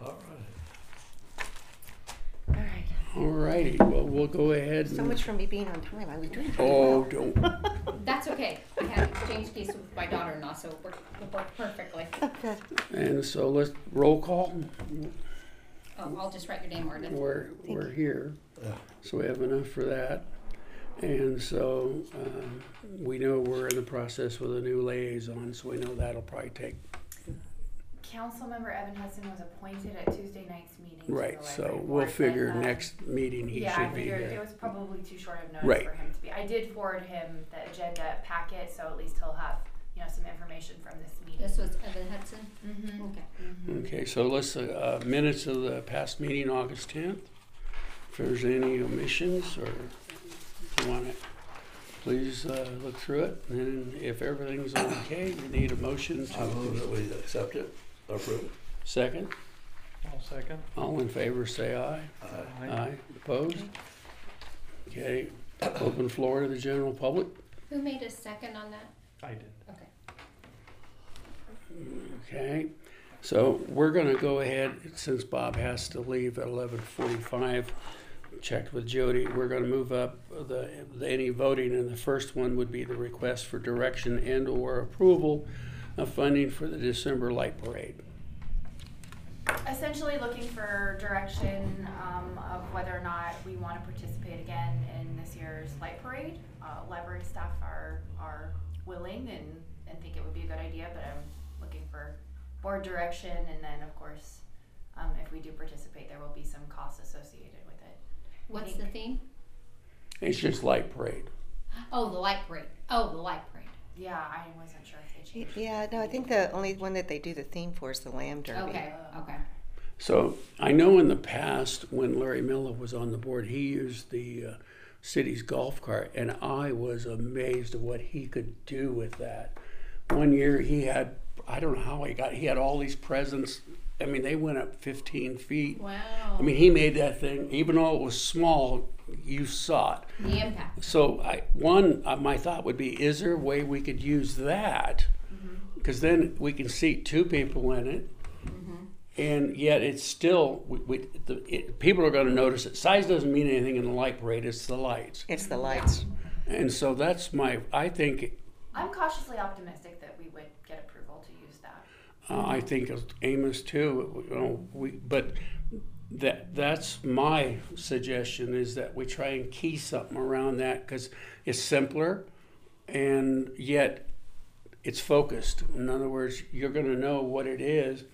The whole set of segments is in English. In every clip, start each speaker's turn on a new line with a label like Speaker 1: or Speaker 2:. Speaker 1: All right.
Speaker 2: All right.
Speaker 3: All righty, well, we'll go ahead
Speaker 2: So
Speaker 3: and,
Speaker 2: much for me being on time. I was doing pretty
Speaker 3: oh,
Speaker 2: well.
Speaker 3: don't,
Speaker 4: That's okay. I had exchanged keys with my daughter-in-law, so it worked, it worked perfectly.
Speaker 2: Good.
Speaker 3: and so let's, roll call,
Speaker 4: Um, I'll just write your name, Arden.
Speaker 3: we're, we're here.
Speaker 1: Yeah.
Speaker 3: So we have enough for that. And so, um, we know we're in the process with a new liaison, so we know that'll probably take,
Speaker 5: Councilmember Evan Hudson was appointed at Tuesday night's meeting. to the
Speaker 3: right, so
Speaker 5: library
Speaker 3: we'll
Speaker 5: board,
Speaker 3: figure
Speaker 5: but, um,
Speaker 3: next meeting he
Speaker 5: Yeah, I
Speaker 3: should be
Speaker 5: figured it
Speaker 3: here.
Speaker 5: was probably too short of notice
Speaker 3: Right.
Speaker 5: for him to be. I did forward him the agenda packet, so at least he'll have, you know, some information from this meeting.
Speaker 4: This was Evan Hudson.
Speaker 5: Mm-hmm.
Speaker 4: Okay.
Speaker 3: Okay, so let's, uh, uh, minutes of the past meeting, August tenth. If there's any omissions or if you wanna, please, uh, look through it. And if everything's okay, we need a motion
Speaker 1: I move
Speaker 3: to,
Speaker 1: that we accept it, approve it.
Speaker 3: second,
Speaker 6: I'll second.
Speaker 3: all in favor, say aye.
Speaker 6: Uh,
Speaker 1: Aye.
Speaker 3: Aye, opposed? Okay, open floor to the general public.
Speaker 4: Who made a second on that?
Speaker 6: I did.
Speaker 4: Okay.
Speaker 3: Okay, so we're gonna go ahead, since Bob has to leave at eleven forty-five, checked with Jody, we're gonna move up the, the- any voting, and the first one would be the request for direction and/or approval of funding for the December light parade.
Speaker 5: Essentially looking for direction um, of whether or not we want to participate again in this year's light parade. Uh, library staff are, are willing and, and think it would be a good idea, but I'm looking for board direction. And then, of course, um, if we do participate, there will be some costs associated with it.
Speaker 4: What's the theme?
Speaker 3: It's just light parade.
Speaker 4: Oh, the light parade. Oh, the light parade.
Speaker 5: Yeah, I wasn't sure if they
Speaker 2: Y-
Speaker 5: changed.
Speaker 2: Yeah, no, I think the only one that they do the theme for is the Lamb Derby.
Speaker 4: Okay. Okay.
Speaker 3: So I know in the past, when Larry Miller was on the board, he used the uh, city's golf cart, and I was amazed at what he could do with that. One year he had, I don't know how he got, he had all these presents. I mean, they went up 15 feet.
Speaker 4: Wow.
Speaker 3: I mean, he made that thing, even though it was small, you saw it.
Speaker 4: the impact.
Speaker 3: So I, one, uh, my thought would be, is there a way we could use that? Because then we can seat two people in it. And yet it's still, we, we, the, it, people are gonna notice it. Size doesn't mean anything in the light parade, it's the lights.
Speaker 2: It's the lights.
Speaker 3: And so that's my, I think,
Speaker 5: I'm cautiously optimistic that we would get approval to use that.
Speaker 3: uh, I think of Amos too, you know, we, but that, that's my suggestion is that we try and key something around that because it's simpler and yet it's focused. In other words, you're going to know what it is.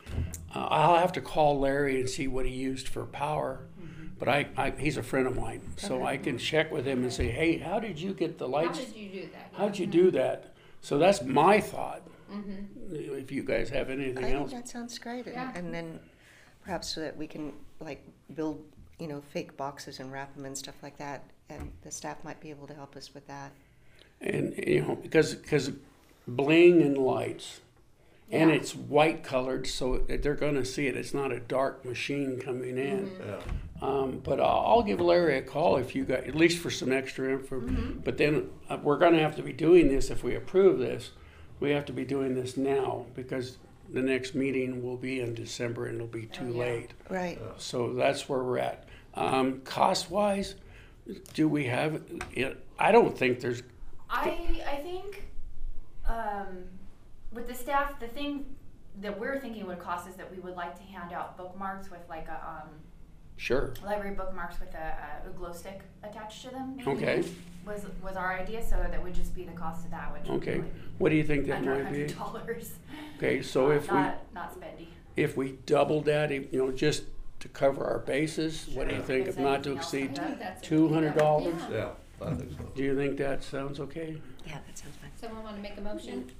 Speaker 3: Uh, I'll have to call Larry and see what he used for power.
Speaker 4: Mm-hmm.
Speaker 3: But I, I, he's a friend of mine, so I can check with him and say, hey, how did you get the
Speaker 4: How
Speaker 3: lights?
Speaker 4: did you do that?
Speaker 3: How'd you do that? So that's my thought. If you guys have anything
Speaker 2: I think
Speaker 3: else,
Speaker 2: that sounds great. and-
Speaker 4: Yeah.
Speaker 2: And then perhaps so that we can like build, you know, fake boxes and wrap them and stuff like that. And the staff might be able to help us with that.
Speaker 3: and you know, because because bling and lights, and
Speaker 5: Yeah.
Speaker 3: it's white colored, so they're gonna see it. It's not a dark machine coming in.
Speaker 1: Yeah.
Speaker 3: Um, but I'll, I'll give Larry a call if you got at least for some extra info. But then uh, we're gonna have to be doing this if we approve this. We have to be doing this now because the next meeting will be in December and it'll be too
Speaker 4: yeah.
Speaker 3: late.
Speaker 2: Right.
Speaker 3: So that's where we're at. Um, cost wise, do we have, it? I don't think there's,
Speaker 5: I I think um, with the staff, the thing that we're thinking would cost is that we would like to hand out bookmarks with like a um,
Speaker 3: sure, library
Speaker 5: library bookmarks with a, a glow stick attached to them. maybe,
Speaker 3: okay,
Speaker 5: Was was our idea, so that would just be the cost of that, which would be,
Speaker 3: okay.
Speaker 5: like,
Speaker 3: What do you think that
Speaker 5: under a
Speaker 3: might
Speaker 5: hundred
Speaker 3: be?
Speaker 5: dollars.
Speaker 3: Okay, so if we,
Speaker 5: not, not spendy.
Speaker 3: if we doubled that, you know, just to cover our bases, what do you
Speaker 1: Sure.
Speaker 3: think of
Speaker 5: Is
Speaker 3: not to
Speaker 5: anything else on
Speaker 3: exceed?
Speaker 5: that?
Speaker 4: that's a-
Speaker 3: $200?
Speaker 4: Yeah.
Speaker 1: Yeah, I think so.
Speaker 3: Do you think that sounds okay?
Speaker 2: Yeah, that sounds fine.
Speaker 4: Someone want to make a motion?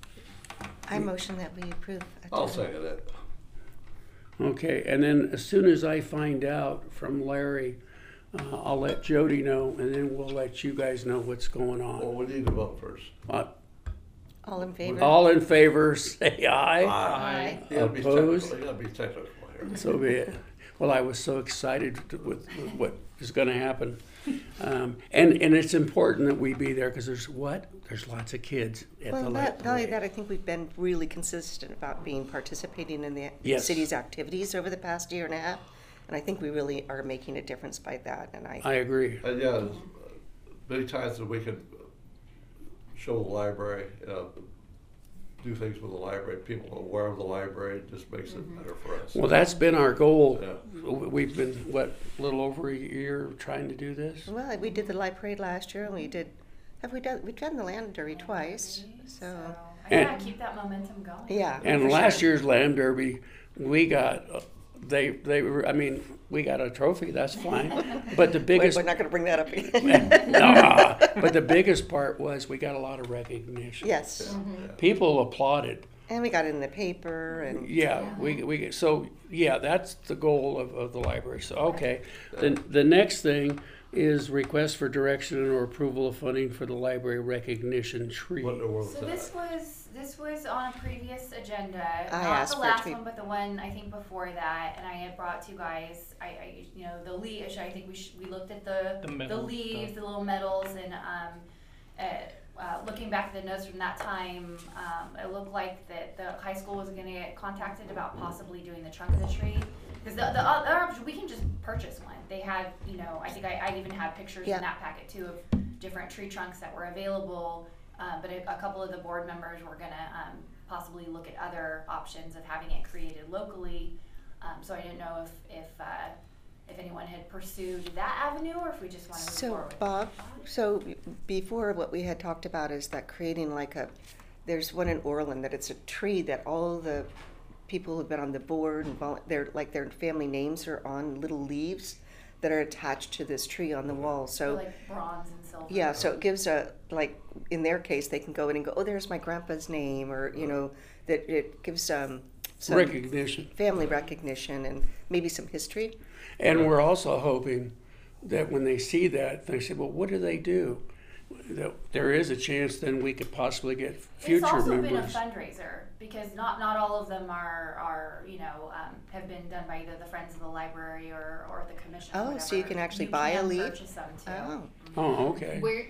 Speaker 2: I motion that we approve.
Speaker 1: I'll second it.
Speaker 3: Okay, and then as soon as I find out from Larry, uh, I'll let Jody know and then we'll let you guys know what's going
Speaker 1: Well,
Speaker 3: on.
Speaker 1: we need to vote first.
Speaker 3: Uh,
Speaker 2: All in favor?
Speaker 3: All in favor, say aye.
Speaker 1: Aye.
Speaker 4: Aye.
Speaker 1: You gotta be
Speaker 3: Opposed?
Speaker 1: technical, you gotta be technical here.
Speaker 3: So be it. Well, I was so excited to- with, with what is going to happen, um, and and it's important that we be there because there's what there's lots of kids at the
Speaker 2: Well,
Speaker 3: light
Speaker 2: not, not only
Speaker 3: parade.
Speaker 2: that, I think we've been really consistent about being participating in the
Speaker 3: Yes.
Speaker 2: city's activities over the past year and a half. And I think we really are making a difference by that. And I,
Speaker 3: I agree.
Speaker 1: And yeah, there's, uh, many times that we can uh, show the library, you know, do things with the library, people are aware of the library, it just makes it better for us.
Speaker 3: Well, that's been our goal.
Speaker 1: Yeah.
Speaker 3: W- We've been what a little over a year trying to do this.
Speaker 2: well, we did the light parade last year, and we did. Have we done? We've done the land derby twice. So
Speaker 5: I
Speaker 3: And-
Speaker 5: gotta keep that momentum going.
Speaker 2: yeah.
Speaker 3: And
Speaker 2: for
Speaker 3: last
Speaker 2: sure.
Speaker 3: year's Lamb Derby, we got uh, they they were. I mean, we got a trophy. That's fine. But the
Speaker 2: Wait,
Speaker 3: biggest
Speaker 2: we're not going to bring that up again.
Speaker 3: Nah, but the biggest part was we got a lot of recognition.
Speaker 2: yes,
Speaker 3: People applauded.
Speaker 2: and we got it in the paper, and
Speaker 3: Yeah, we, we, so, yeah, that's the goal of, of the library, so, okay. Then, the next thing is request for direction or approval of funding for the library recognition tree.
Speaker 1: What in the world is
Speaker 5: So this
Speaker 1: that?
Speaker 5: was, this was on a previous agenda, not
Speaker 2: asked
Speaker 5: the
Speaker 2: for it to
Speaker 5: last
Speaker 2: be-
Speaker 5: one, but the one I think before that, and I had brought to you guys, I, I, you know, the leash. I think we should, we looked at the,
Speaker 6: The
Speaker 5: the
Speaker 6: medals,
Speaker 5: leaves, the little medals, and, um, uh, uh, looking back at the notes from that time, um, it looked like that the high school was gonna get contacted about possibly doing the trunk of the tree. Cause the, the other option, we can just purchase one, they had, you know, I think I, I even had pictures in
Speaker 2: Yeah.
Speaker 5: that packet too of different tree trunks that were available. Uh, but a, a couple of the board members were gonna, um, possibly look at other options of having it created locally. Um, so I didn't know if, if, uh, if anyone had pursued that avenue or if we just wanna move
Speaker 2: So,
Speaker 5: forward.
Speaker 2: Bob, so before what we had talked about is that creating like a, there's one in Orland that it's a tree that all the people who've been on the board and vol, their, like their family names are on little leaves that are attached to this tree on the wall, so.
Speaker 5: Like bronze and silver.
Speaker 2: Yeah, so it gives a, like, in their case, they can go in and go, oh, there's my grandpa's name, or, you know, that it gives, um, some
Speaker 3: Recognition.
Speaker 2: family recognition and maybe some history.
Speaker 3: And we're also hoping that when they see that, they say, well, what do they do? That there is a chance then we could possibly get
Speaker 5: It's
Speaker 3: future
Speaker 5: also been a
Speaker 3: members.
Speaker 5: fundraiser because not, not all of them are, are, you know, um, have been done by either the Friends of the Library or, or the commission. or
Speaker 2: Oh, so you
Speaker 5: whatever.
Speaker 2: can actually buy a
Speaker 5: can
Speaker 2: leaf?
Speaker 5: Purchase them too. Mm-hmm.
Speaker 2: Oh,
Speaker 3: Oh, okay.
Speaker 4: Where,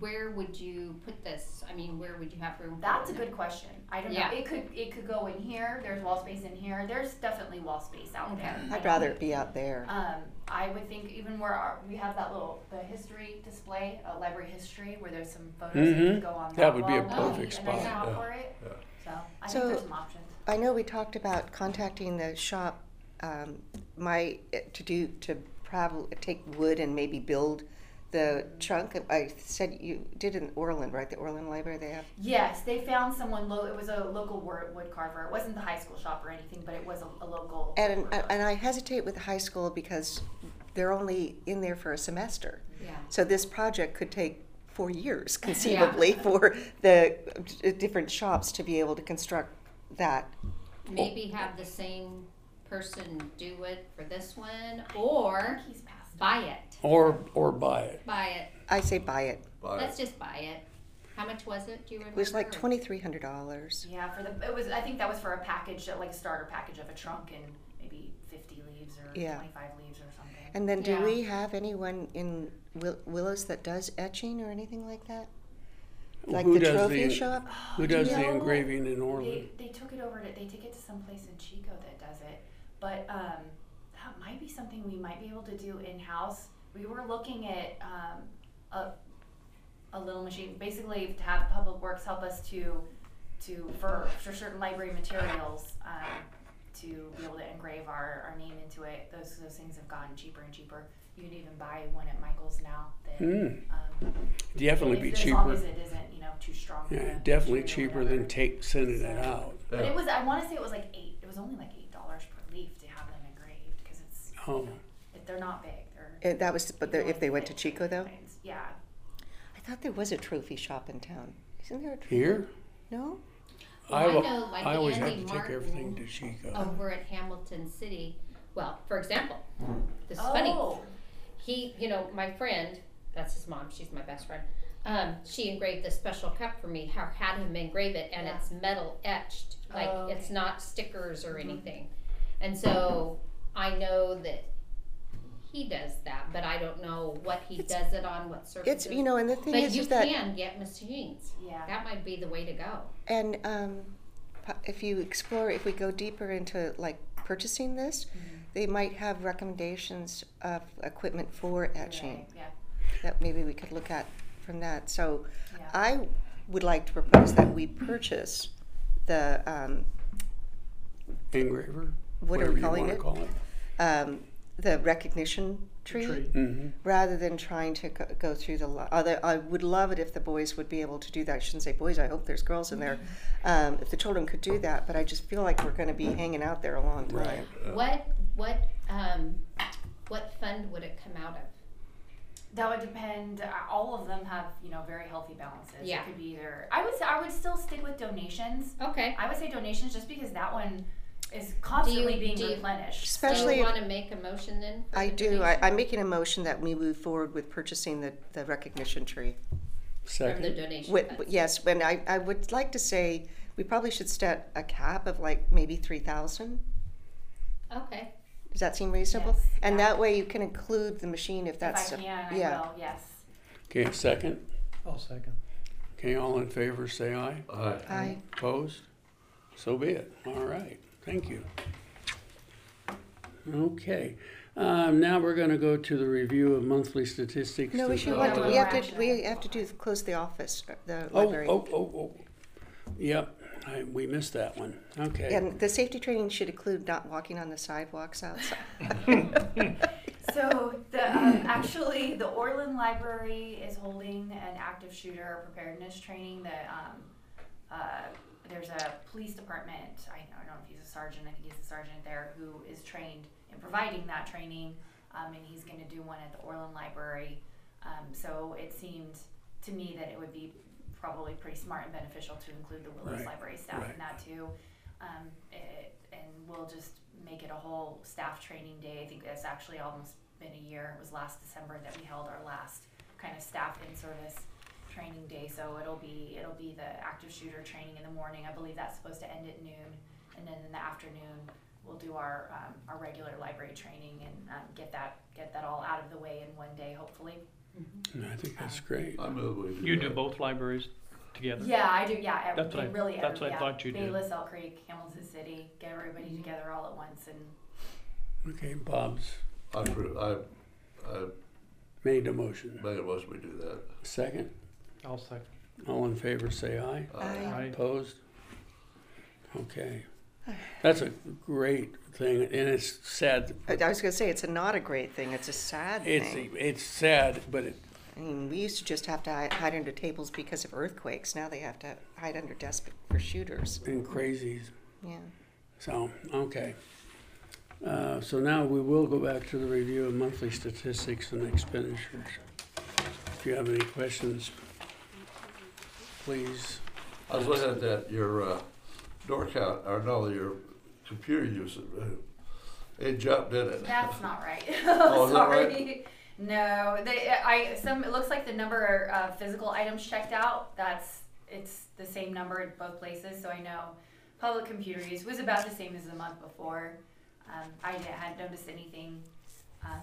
Speaker 4: where would you put this? I mean, where would you have room? for
Speaker 5: That's a
Speaker 4: it?
Speaker 5: good question. I don't know.
Speaker 4: Yeah.
Speaker 5: It could, it could go in here. There's wall space in here. There's definitely wall space out there. I
Speaker 2: I'd
Speaker 5: don't
Speaker 2: rather it be out there.
Speaker 5: Um, I would think even where our, we have that little, the history display, uh, library history, where there's some photos that
Speaker 3: Mhm.
Speaker 5: could go on that
Speaker 3: That would be a
Speaker 5: wall.
Speaker 4: perfect
Speaker 5: And I
Speaker 3: spot.
Speaker 5: saw
Speaker 1: Yeah,
Speaker 5: for it,
Speaker 1: yeah.
Speaker 5: so I
Speaker 2: So-
Speaker 5: think there's some options.
Speaker 2: I know we talked about contacting the shop, um, my, to do, to probably take wood and maybe build the trunk. I said you did in Orland, right? The Orland Library, they have,
Speaker 5: Yes, they found someone, lo- it was a local wor- wood carver. It wasn't the high school shop or anything, but it was a, a local.
Speaker 2: and,
Speaker 5: wood carver.
Speaker 2: and I hesitate with high school because they're only in there for a semester.
Speaker 4: Yeah.
Speaker 2: So this project could take four years conceivably for the uh, different shops to be able to construct that.
Speaker 4: Maybe have the same person do it for this one, or
Speaker 5: He's passed.
Speaker 4: buy it.
Speaker 3: Or, or buy it.
Speaker 4: Buy it.
Speaker 2: I say buy it.
Speaker 1: Buy it.
Speaker 4: Let's just buy it. How much was it? Do you
Speaker 2: It
Speaker 4: remember?
Speaker 2: was like
Speaker 4: Or-
Speaker 2: twenty-three hundred dollars.
Speaker 5: Yeah, for the, it was, I think that was for a package, uh, like a starter package of a trunk and maybe fifty leaves or
Speaker 2: Yeah.
Speaker 5: twenty-five leaves or something.
Speaker 2: And then, do
Speaker 4: Yeah.
Speaker 2: we have anyone in Will- Willows that does etching or anything like that? Like
Speaker 3: Who
Speaker 2: the
Speaker 3: does
Speaker 2: trophy
Speaker 3: the-
Speaker 2: shop?
Speaker 3: Who does the
Speaker 5: No.
Speaker 3: engraving in Orland?
Speaker 5: They, they took it over to, they take it to some place in Chico that does it, but, um, that might be something we might be able to do in-house. We were looking at, um, a, a little machine, basically to have Public Works help us to, to, for, for certain library materials, um, to be able to engrave our, our name into it. Those, those things have gotten cheaper and cheaper. You can even buy one at Michael's now that,
Speaker 3: Hmm.
Speaker 5: um,
Speaker 3: Definitely
Speaker 5: as-
Speaker 3: be
Speaker 5: As long
Speaker 3: cheaper.
Speaker 5: as it isn't, you know, too strong. for
Speaker 3: Yeah,
Speaker 5: the
Speaker 3: definitely
Speaker 5: material or
Speaker 3: cheaper than
Speaker 5: whatever.
Speaker 3: take sending it out.
Speaker 5: But
Speaker 1: Yeah.
Speaker 5: it was, I want to say it was like eight, it was only like eight dollars per leaf to have them engraved because it's,
Speaker 3: Oh,
Speaker 5: if they're not big, they're.
Speaker 2: Uh, That was, but
Speaker 5: you
Speaker 2: they're-
Speaker 5: know,
Speaker 2: if they went to
Speaker 5: thin
Speaker 2: Chico though,
Speaker 5: lines. Yeah.
Speaker 2: I thought there was a trophy shop in town. Isn't there a trophy?
Speaker 3: here?
Speaker 4: Well,
Speaker 2: No?
Speaker 4: Oh, I
Speaker 3: wa-
Speaker 4: know, like,
Speaker 3: I always
Speaker 4: Andy
Speaker 3: have to take
Speaker 4: Martin Oh.
Speaker 3: everything to Chico.
Speaker 4: Over at Hamilton City, well, for example, this is funny.
Speaker 5: Oh,
Speaker 4: he, you know, my friend, that's his mom, she's my best friend, um, she engraved this special cup for me, how, had him engrave it, and
Speaker 5: Yeah.
Speaker 4: it's metal etched, like,
Speaker 5: Oh,
Speaker 4: it's
Speaker 5: okay.
Speaker 2: Mm-hmm.
Speaker 4: not stickers or anything. And so I know that he does that, but I don't know what he
Speaker 2: It's-
Speaker 4: does it on, what
Speaker 2: It's
Speaker 4: surfaces.
Speaker 2: you know, and the thing
Speaker 4: But
Speaker 2: is,
Speaker 4: you
Speaker 2: is that
Speaker 4: can get machines.
Speaker 5: Yeah.
Speaker 4: That might be the way to go.
Speaker 2: and um, po- if you explore, if we go deeper into like purchasing this,
Speaker 4: Mm-hmm.
Speaker 2: they might have recommendations of equipment for etching
Speaker 5: Yeah,
Speaker 2: that maybe we could look at from that. So
Speaker 5: yeah.
Speaker 2: I would like to propose that we purchase the um,
Speaker 3: Engraver.
Speaker 2: what
Speaker 3: whatever
Speaker 2: are we
Speaker 3: you
Speaker 2: calling
Speaker 3: wanna
Speaker 2: it?
Speaker 3: Call it.
Speaker 2: Um, the recognition tree.
Speaker 3: hmm
Speaker 2: rather than trying to go, go through the lo- other i would love it if the boys would be able to do that i shouldn't say boys i hope there's girls in there um, if the children could do that but i just feel like we're going to be hanging out there a long time
Speaker 3: Right.
Speaker 4: What what um what fund would it come out of?
Speaker 5: That would depend. Uh, All of them have, you know, very healthy balances.
Speaker 4: Yeah.
Speaker 5: It could be either. I would. s- I would still stick with donations.
Speaker 4: Okay.
Speaker 5: I would say donations just because that one is constantly being
Speaker 4: do you-
Speaker 5: replenished. so-
Speaker 2: Especially
Speaker 4: do
Speaker 2: if-
Speaker 4: you want to make a motion then? for
Speaker 2: i
Speaker 4: the
Speaker 2: do I,
Speaker 4: donation?
Speaker 2: i'm making a motion that we move forward with purchasing the, the recognition tree
Speaker 4: from the
Speaker 3: Second.
Speaker 4: donation
Speaker 2: with,
Speaker 4: fund.
Speaker 2: yes and I, I would like to say we probably should set a cap of like maybe 3000
Speaker 4: Okay.
Speaker 2: does that seem reasonable
Speaker 5: Yes,
Speaker 2: and
Speaker 5: yeah.
Speaker 2: that way you can include the machine if that's
Speaker 5: if I can,
Speaker 2: yeah
Speaker 5: I will. Yes.
Speaker 3: Okay, second.
Speaker 6: I'll second.
Speaker 3: Okay, all in favor, say aye.
Speaker 1: Aye.
Speaker 2: I,
Speaker 3: Opposed? So be it. All right, thank you. Okay, um, now we're gonna go to the review of monthly statistics.
Speaker 2: no we
Speaker 3: and-
Speaker 2: should
Speaker 1: No,
Speaker 2: want to,
Speaker 1: no,
Speaker 2: we
Speaker 1: no.
Speaker 2: have to we have to do close the office uh, the
Speaker 3: Oh,
Speaker 2: library
Speaker 3: oh, oh, oh. Yep, I, we missed that one. Okay.
Speaker 2: And the safety training should include not walking on the sidewalks outside.
Speaker 5: So the um, actually the Orland Library is holding an active shooter preparedness training. That um, uh, there's a police department. I don't know if he's a sergeant. I think he's a sergeant there who is trained in providing that training, um, and he's going to do one at the Orland Library. Um, so it seemed to me that it would be probably pretty smart and beneficial to include the Willis
Speaker 3: Right,
Speaker 5: Library staff
Speaker 3: right.
Speaker 5: in that too. Um, it, and we'll just make it a whole staff training day. I think that's actually almost been a year. It was last December that we held our last kind of staff in service training day. So it'll be it'll be the active shooter training in the morning. I believe that's supposed to end at noon, and then in the afternoon we'll do our um, our regular library training and um, get that get that all out of the way in one day, hopefully.
Speaker 3: I think that's great.
Speaker 1: I move we do
Speaker 6: You
Speaker 1: that.
Speaker 6: do both libraries together?
Speaker 5: Yeah, I do. Yeah, ev-
Speaker 6: That's what I-
Speaker 5: really.
Speaker 6: that's
Speaker 5: every-
Speaker 6: what I
Speaker 5: yeah.
Speaker 6: thought you did.
Speaker 5: Bayless, Elk Creek, Hamilton City, get everybody together all at once and
Speaker 3: Okay, Bob's
Speaker 1: I, pro- I, I
Speaker 3: made a motion.
Speaker 1: made a motion we do that.
Speaker 3: Second,
Speaker 6: I'll second.
Speaker 3: all in favor, say aye.
Speaker 1: Uh,
Speaker 2: I,
Speaker 6: Aye.
Speaker 3: Opposed? Okay. That's a great thing, and it's sad,
Speaker 2: I was gonna say, it's a not a great thing, it's a sad
Speaker 3: it's,
Speaker 2: thing.
Speaker 3: it's sad, but it,
Speaker 2: I mean, we used to just have to hi- hide under tables because of earthquakes, now they have to hide under desks for shooters,
Speaker 3: and crazies.
Speaker 2: yeah.
Speaker 3: So, okay. Uh, So now we will go back to the review of monthly statistics and expenditures. If you have any questions, please.
Speaker 1: I was looking at that, your uh, door count, or no, your computer usage. uh, It jumped, didn't it?
Speaker 5: That's not right.
Speaker 1: Oh, is that
Speaker 5: Sorry.
Speaker 1: right?
Speaker 5: No, they, I some. It looks like the number of uh, physical items checked out. That's it's the same number in both places. So I know public computer use was about the same as the month before. Um, I didn't, hadn't noticed anything um,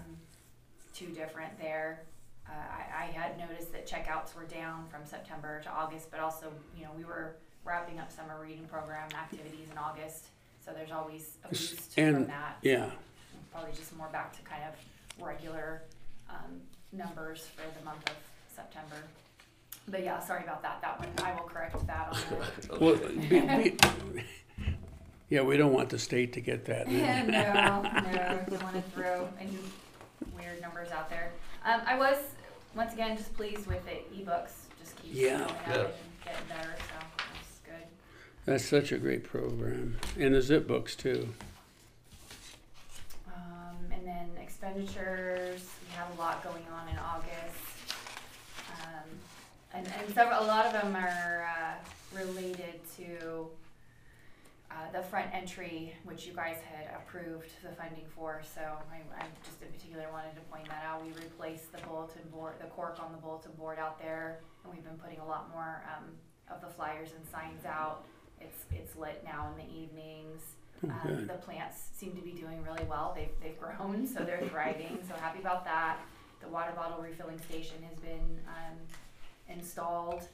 Speaker 5: too different there. Uh, I, I had noticed that checkouts were down from September to August, but also you know we were wrapping up summer reading program activities in August, so there's always a
Speaker 3: Yes,
Speaker 5: boost from
Speaker 3: and-
Speaker 5: that
Speaker 3: Yeah,
Speaker 5: probably just more back to kind of regular um, numbers for the month of September. But yeah, sorry about that. That one, I will correct that on the.
Speaker 3: well, be- be- yeah, we don't want the state to get that.
Speaker 5: no, no, don't want to throw any weird numbers out there. Um, I was once again just pleased with the ebooks. Just keep
Speaker 3: Yeah.
Speaker 5: going up
Speaker 1: Yeah.
Speaker 5: and getting better, so that's good.
Speaker 3: That's such a great program. And the zip books too.
Speaker 5: Um, and then expenditures, we have a lot going on in August. Um, and, and several, a lot of them are, uh, related to, uh, the front entry, which you guys had approved the funding for, so I, I just in particular wanted to point that out. We replaced the bulletin board, the cork on the bulletin board out there, and we've been putting a lot more, um, of the flyers and signs out. It's, it's lit now in the evenings.
Speaker 3: Oh,
Speaker 5: Um, the plants seem to be doing really well. They've, they've grown, so they're thriving. So happy about that. The water bottle refilling station has been um, installed.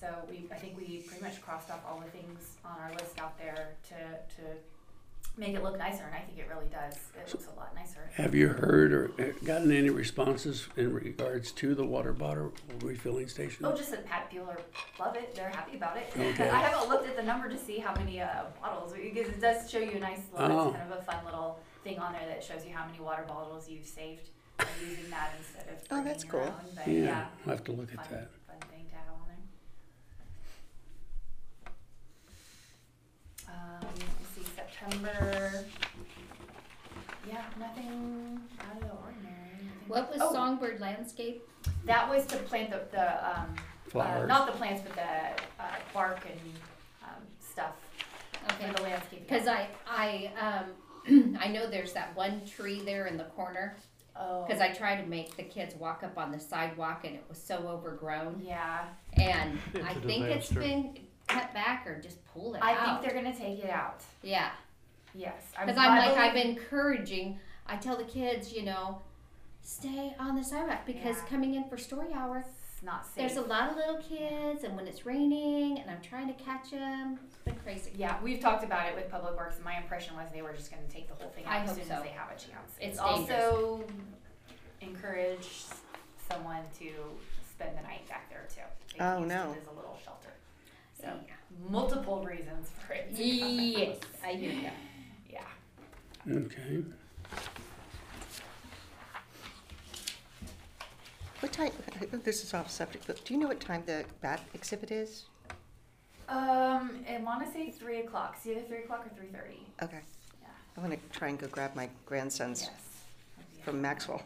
Speaker 5: So we, I think we pretty much crossed off all the things on our list out there to, to make it look nicer, and I think it really does. It looks a lot nicer.
Speaker 3: Have you heard or eh, gotten any responses in regards to the water bottle refilling station?
Speaker 5: Oh, just that Pat people are love it. They're happy about it.
Speaker 3: Okay.
Speaker 5: I haven't looked at the number to see how many uh, bottles because it does show you a nice little.
Speaker 3: Oh.
Speaker 5: It's kind of a fun little thing on there that shows you how many water bottles you've saved by using that instead of.
Speaker 2: Oh, that's
Speaker 5: bringing
Speaker 2: cool.
Speaker 5: your own. But,
Speaker 3: yeah,
Speaker 5: yeah,
Speaker 3: I'll have to look
Speaker 5: fun,
Speaker 3: at that.
Speaker 5: fun thing to have on there. Um, let's see, September. Yeah, nothing out of the ordinary. nothing-
Speaker 4: What was
Speaker 5: Oh,
Speaker 4: Songbird Landscape?
Speaker 5: That was to plant the the um, uh,
Speaker 3: Flowers.
Speaker 5: not the plants, but the uh, bark and um, stuff
Speaker 4: Okay.
Speaker 5: for the landscaping.
Speaker 4: Because I, I, um, I know there's that one tree there in the corner.
Speaker 5: oh,
Speaker 4: Because I tried to make the kids walk up on the sidewalk and it was so overgrown.
Speaker 5: yeah,
Speaker 4: And
Speaker 6: It's
Speaker 4: I
Speaker 6: a
Speaker 4: think it's
Speaker 6: disaster.
Speaker 4: been cut back or just pull it
Speaker 5: I
Speaker 4: out.
Speaker 5: think they're gonna take it out.
Speaker 4: yeah.
Speaker 5: Yes,
Speaker 4: Because I'm like,
Speaker 5: believe-
Speaker 4: I've been encouraging, I tell the kids, you know, stay on the sidewalk because
Speaker 5: Yeah.
Speaker 4: coming in for story hour,
Speaker 5: It's not safe.
Speaker 4: there's a lot of little kids and when it's raining and I'm trying to catch them, it's been crazy.
Speaker 5: yeah, we've talked about it with Public Works, and my impression was they were just gonna take the whole thing out
Speaker 4: I
Speaker 5: as
Speaker 4: hope
Speaker 5: soon
Speaker 4: so.
Speaker 5: as they have a chance.
Speaker 4: It's
Speaker 5: also encourage someone to spend the night back there too. They
Speaker 2: Oh,
Speaker 5: used
Speaker 2: no.
Speaker 5: it as a little shelter.
Speaker 4: So,
Speaker 5: So multiple reasons for it.
Speaker 4: yeah.
Speaker 5: To come out.
Speaker 4: Yes, I hear you.
Speaker 5: Yeah.
Speaker 3: Okay.
Speaker 2: What time, this is off subject, but do you know what time the bat exhibit is?
Speaker 5: Um, I want to say three o'clock. It's either three o'clock or three thirty.
Speaker 2: Okay.
Speaker 5: Yeah.
Speaker 2: I'm gonna try and go grab my grandson's
Speaker 5: Yes.
Speaker 2: from Maxwell.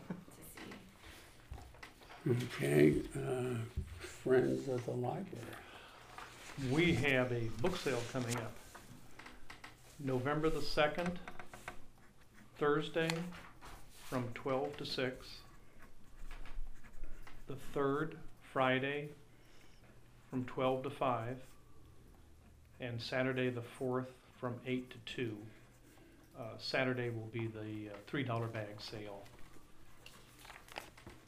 Speaker 5: To see.
Speaker 3: Okay. Uh, friends of the library.
Speaker 6: We have a book sale coming up. November the second, Thursday, from twelve to six. The third, Friday, from twelve to five. And Saturday, the fourth, from eight to two. Uh, Saturday will be the uh, three dollar bag sale.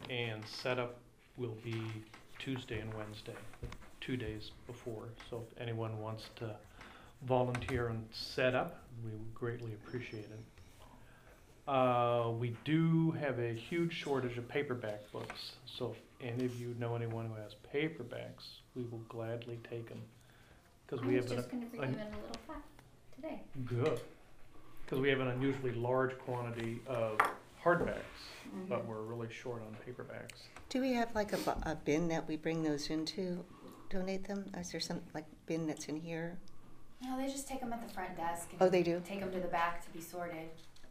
Speaker 6: And setup will be Tuesday and Wednesday, the two days before. So if anyone wants to volunteer and set up, we would greatly appreciate it. Uh, we do have a huge shortage of paperback books, so if any of you know anyone who has paperbacks, we will gladly take them. Because we
Speaker 4: I was
Speaker 6: have an
Speaker 4: just going to bring
Speaker 6: an-
Speaker 4: them in a little pot today.
Speaker 6: Good. Because we have an unusually large quantity of hardbacks, but we're really short on paperbacks.
Speaker 2: Do we have like a, bu- a bin that we bring those into, donate them? Is there some, like, bin that's in here?
Speaker 5: No, they just take them at the front desk. And
Speaker 2: Oh, they do?
Speaker 5: Take them to the back to be sorted.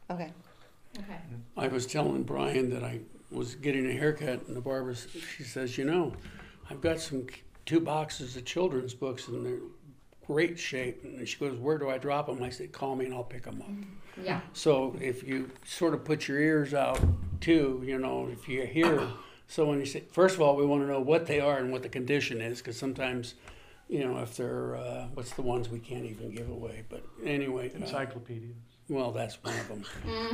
Speaker 2: Okay.
Speaker 4: Okay.
Speaker 3: I was telling Brian that I was getting a haircut, and the barber s- she says, "You know, I've got some k- two boxes of children's books, and they're great shape." And she goes, "Where do I drop them?" I said, "Call me, and I'll pick them up."
Speaker 4: Yeah.
Speaker 3: So if you sort of put your ears out too, you know, if you hear someone, you say, first of all, we want to know what they are and what the condition is, because sometimes, you know, if they're, uh, what's the ones we can't even give away. But anyway, uh,
Speaker 6: Encyclopedias.
Speaker 3: well, that's one of them,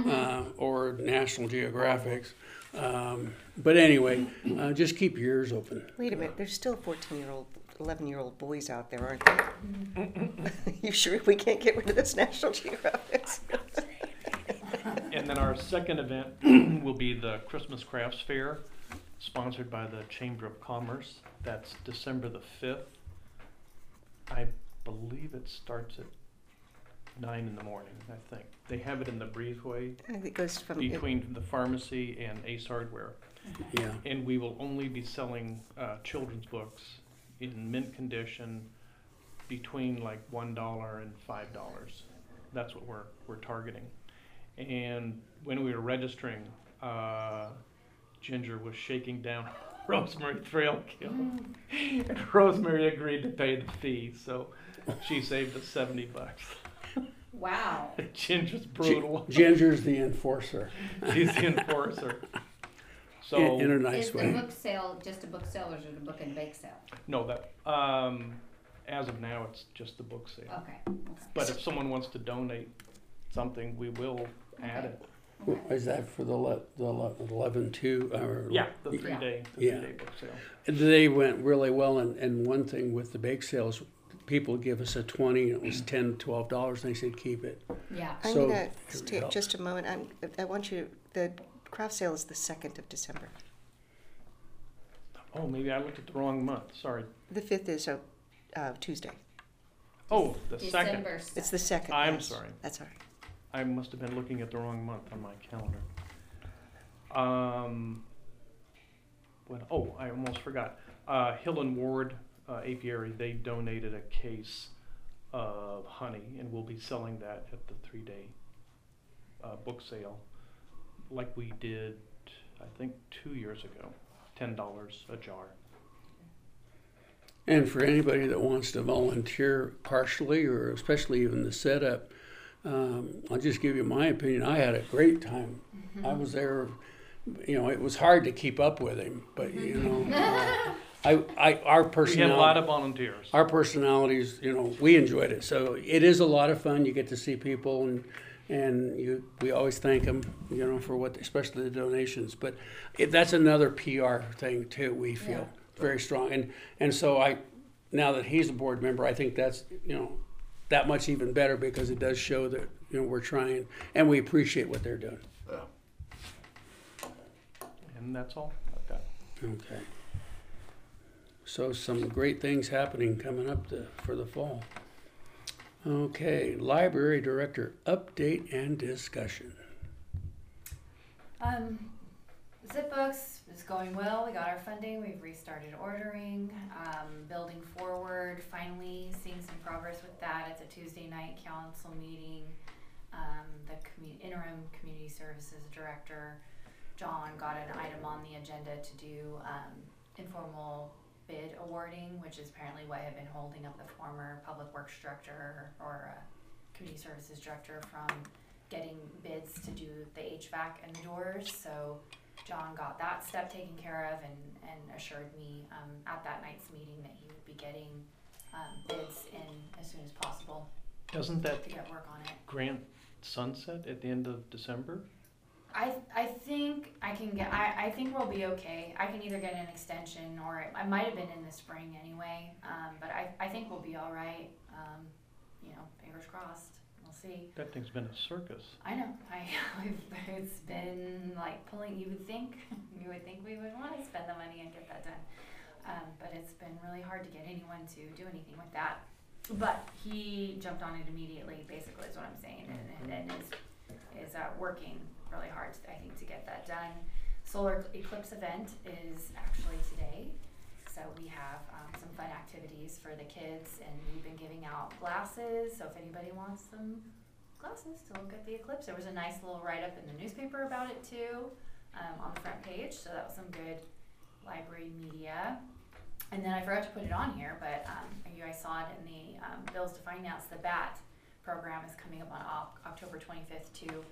Speaker 3: uh, or National Geographics. Um, but anyway, uh, just keep your ears open.
Speaker 2: Wait a minute, there's still fourteen-year-old, eleven-year-old boys out there, aren't there? You sure we can't get rid of this National Geographic?
Speaker 6: And then our second event will be the Christmas Crafts Fair, sponsored by the Chamber of Commerce. That's December the fifth. I believe it starts at nine in the morning, I think. They have it in the breezeway
Speaker 2: It goes from,
Speaker 6: between the pharmacy and Ace Hardware.
Speaker 3: Yeah.
Speaker 6: And we will only be selling uh, children's books in mint condition between like one dollar and five dollars. That's what we're we're targeting. And when we were registering, uh, Ginger was shaking down Rosemary Trailkill, and Rosemary agreed to pay the fee, so she saved us seventy bucks.
Speaker 4: Wow.
Speaker 6: Ginger's brutal.
Speaker 3: Gi- Ginger's the enforcer
Speaker 6: She's the enforcer. So
Speaker 3: in, in a nice
Speaker 4: Is
Speaker 3: way.
Speaker 4: the book sale just a book sale or is it a book and bake sale?
Speaker 6: No, that, um, as of now, it's just the book sale.
Speaker 4: Okay. okay.
Speaker 6: But if someone wants to donate something, we will add it.
Speaker 4: Okay.
Speaker 3: Is that for the le, the le- eleven two or?
Speaker 6: Yeah, the
Speaker 3: Yeah.
Speaker 6: three day, the
Speaker 3: Yeah.
Speaker 6: three day book sale.
Speaker 3: They went really well, and, and one thing with the bake sales, people give us a twenty, and it was ten, twelve dollars, and they said keep it.
Speaker 4: Yeah.
Speaker 2: I'm
Speaker 3: So,
Speaker 2: gonna
Speaker 3: it
Speaker 2: stay
Speaker 3: helps.
Speaker 2: just a moment. I'm, I want you. The craft sale is the second of December.
Speaker 6: Oh, maybe I looked at the wrong month, sorry.
Speaker 2: The fifth is a uh, Tuesday.
Speaker 6: Oh, the second.
Speaker 4: December
Speaker 2: It's the second.
Speaker 6: I'm
Speaker 2: yes.
Speaker 6: sorry.
Speaker 2: That's all right.
Speaker 6: I must have been looking at the wrong month on my calendar. Um, what, oh, I almost forgot. Uh, Hill and Ward uh, Apiary, they donated a case of honey, and we'll be selling that at the three day uh, book sale, like we did, I think, two years ago. $10 a jar.
Speaker 3: And for anybody that wants to volunteer partially or especially even the setup, um, I'll just give you my opinion. I had a great time. I was there. You know, it was hard to keep up with him, but you know, uh, I, I, our
Speaker 6: We had a lot
Speaker 3: personality,
Speaker 6: of volunteers.
Speaker 3: our personalities, you know, we enjoyed it. So it is a lot of fun. You get to see people, and and you, we always thank them, you know, for what, especially the donations. But it, that's another PR thing too. We feel
Speaker 4: Yeah.
Speaker 3: very strong, and and so I, now that he's a board member, I think that's you know, that much even better because it does show that you know we're trying and we appreciate what they're doing.
Speaker 1: Yeah.
Speaker 6: And that's all I've got.
Speaker 3: Okay. So some great things happening coming up the, for the fall. Okay, library director update and discussion.
Speaker 5: Um, ZipBooks is going well. We got our funding. We've restarted ordering, um, building forward, finally seeing some progress with that. It's a Tuesday night council meeting. Um, the commu- interim community services director, John, got an item on the agenda to do um, informal bid awarding, which is apparently what had been holding up the former public works director or uh, community services director from getting bids to do the HVAC and the doors. So John got that step taken care of and, and assured me um, at that night's meeting that he would be getting um, bids in as soon as possible
Speaker 6: Doesn't that
Speaker 5: to get work on it.
Speaker 6: grant sunset at the end of December?
Speaker 5: I, I think I can get I, I think we'll be okay. I can either get an extension or it, I might have been in the spring anyway. Um, but I, I think we'll be all right. Um, you know, fingers crossed. We'll see.
Speaker 6: That thing's been a circus.
Speaker 5: I know. I it's been like pulling. You would think you would think we would want to spend the money and get that done, um, but it's been really hard to get anyone to do anything with that. But he jumped on it immediately. Basically, is what I'm saying, and, and, and is is uh, working really hard. I think to get that done. Solar eclipse event is actually today, so we have um, some fun activities for the kids, and we've been giving out glasses. So if anybody wants them glasses to look at the eclipse. There was a nice little write up in the newspaper about it too, um, on the front page. So that was some good library media. And then I forgot to put it on here, but um, you guys saw it in the um, bills to finance the BAT program is coming up on Oc- October 25th too.